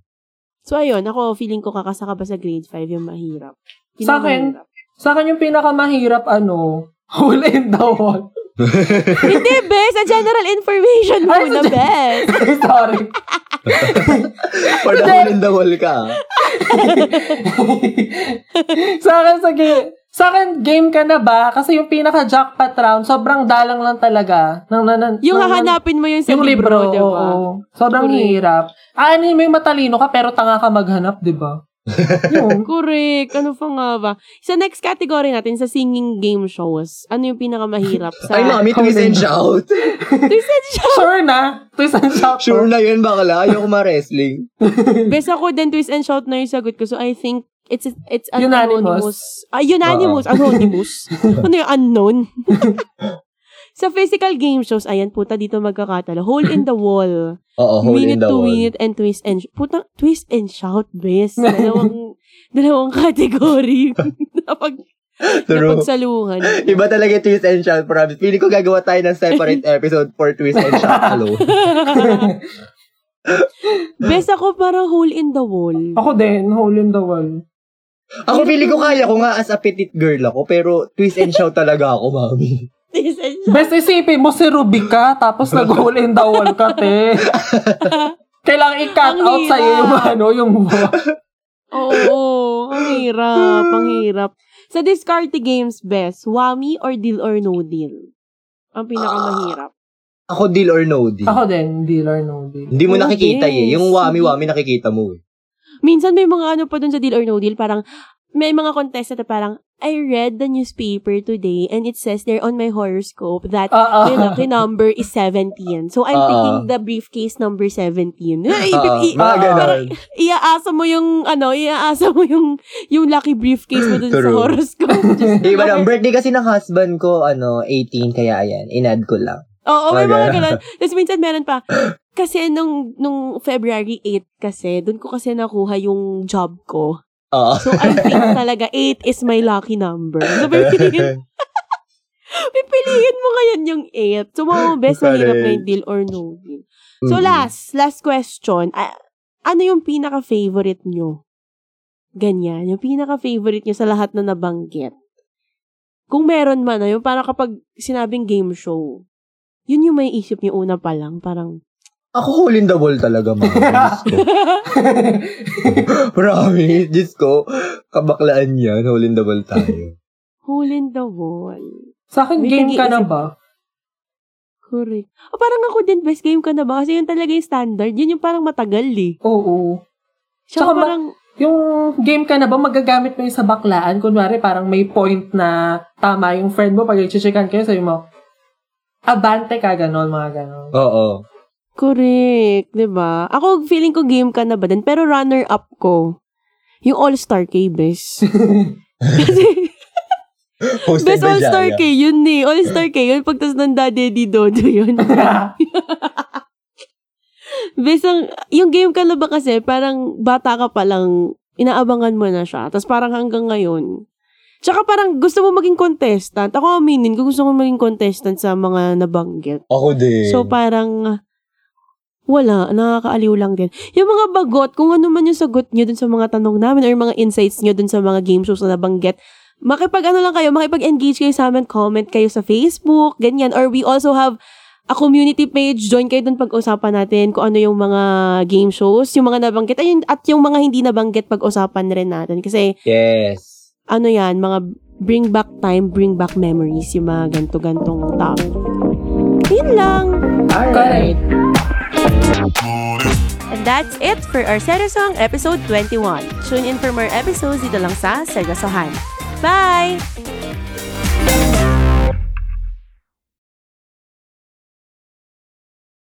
So, ayun. Ako, feeling ko kakasaka ba sa grade 5 yung mahirap. Yun Sa ang akin? mahirap. Sa akin yung pinakamahirap, ano, hole in the wall. Hindi, be! Sa general information Ay, muna, sa gen- be! Sorry. For the hole in the wall ka. sa akin, sa, ga- sa akin, game ka na ba? Kasi yung pinaka-jackpot round, sobrang dalang lang talaga. Nang, nan- nan- Yung nang- hahanapin mo yun sa yung libro, libro, di ba? oo. Sobrang Correct. hirap. Aanin mo yung matalino ka, pero tanga ka maghanap, di ba? Yun. Correct. Ano pa nga ba? Sa next category natin, sa singing game shows, ano yung pinakamahirap sa... Ay, mami, twist and shout. Twist and shout! Sure na. Twist and shout. Sure na yun, bakla. Ayoko ma-wrestling. Bes ako din, twist and shout na yung sagot ko. So, I think it's it's an Unanimous. anonymous. Ah, unanimous. Anonymous. ano yung unknown? Sa physical game shows, ayan, puta, dito magkakatalo. Hole in the wall. Oo, hole minute in the to wall. minute and twist and sh- putang twist and shout bes dalawang dalawang category napag True. napagsaluhan Iba talaga yung twist and shout, promise. Feeling ko gagawa tayo ng separate episode for twist and shout alone. bes ako parang hole in the wall Ako din, hole in the wall. Ako feeling ko kaya ko nga as a petite girl ako, pero twist and shout talaga ako, mami. twist and shout Best isipin mo si Ruby ka, tapos nag-hole in the wall ka, te. Kailangan i-cut Ang out sa'yo yung hirap. ano, yung oo oo. ang hirap ang hirap sa discard games bes wami or deal or no deal ang pinakamahirap Ah. Ako deal or no deal. Ako din, deal or no deal. Hindi mo Oh, nakikita eh. yes. Yung wami-wami nakikita mo eh. minsan may mga ano pa dun sa deal or no deal, parang may mga contestant na parang, I read the newspaper today and it says there on my horoscope that Oo. my lucky number is 17. So, I'm Oo. taking the briefcase number 17. Eh, Ah, i- i- mga ah, ganon. iaasa mo yung, ano, iaasa mo yung, yung lucky briefcase mo dun sa True. horoscope. Diyos Iba ko. lang. Birthday kasi ng husband ko, ano, 18, kaya ayan, inad ko lang. Oo, may Mga mga ganun. ganun. Tapos minsan meron pa, kasi nung, nung February 8 kasi, dun ko kasi nakuha yung job ko. Oo. So, I think talaga 8 is my lucky number. So, pipiliin, pipiliin mo ngayon yung 8. So, mga best Correct. mahirap na yung deal or no deal. So, Mm. last, last question. Ah, ano yung pinaka-favorite nyo? Ganyan. Yung pinaka-favorite nyo sa lahat na nabanggit. Kung meron man, ah, yung parang kapag sinabing game show, yun yung may isip nyo una pa lang. Parang, Ako hole in the wall talaga, mami. Diyos ko. Promise. Diyos ko. Kabaklaan yan. Hole in the wall tayo. hole in the wall. Sa akin, May game ka na nag-iisip. ba? Correct. O, parang ako din, best game ka na ba? Kasi yun talaga yung standard. Yun yung parang matagal eh. Oo. Tsaka Tsaka ma- parang, Yung game ka na ba, magagamit mo yung sa baklaan? Kunwari, parang may point na tama yung friend mo, pag i-checkan kayo, sabi mo, abante ka, ganon, mga ganon. Oo. correct, di ba? Ako, feeling ko game ka na ba din? Pero runner-up ko, yung All-Star K, best. Kasi, Hosted best by All-Star Jaya. K, yun eh. All-Star K, yun pagtas ng Daddy Di Dodo yun. Best ang, yung game ka na ba kasi, parang bata ka pa lang, inaabangan mo na siya. Tapos parang hanggang ngayon. Tsaka parang gusto mo maging contestant. Ako aminin ko gusto ko maging contestant sa mga nabanggit. Ako din. So parang wala, nakakaaliw lang din. Yung mga bagot, kung ano man yung sagot nyo dun sa mga tanong namin or yung mga insights nyo dun sa mga game shows na nabanggit, makipag ano lang kayo, makipag-engage kayo sa amin, comment kayo sa Facebook, ganyan. Or we also have a community page, join kayo dun pag-usapan natin kung ano yung mga game shows, yung mga nabanggit, ayun, at yung mga hindi nabanggit pag-usapan rin natin. Kasi yes. ano yan, mga bring back time, bring back memories, yung mga ganto-gantong topic. Yun lang! Correct. And that's it for our Seryosohang episode 21. Tune in for more episodes dito lang sa Seryosohan. Bye!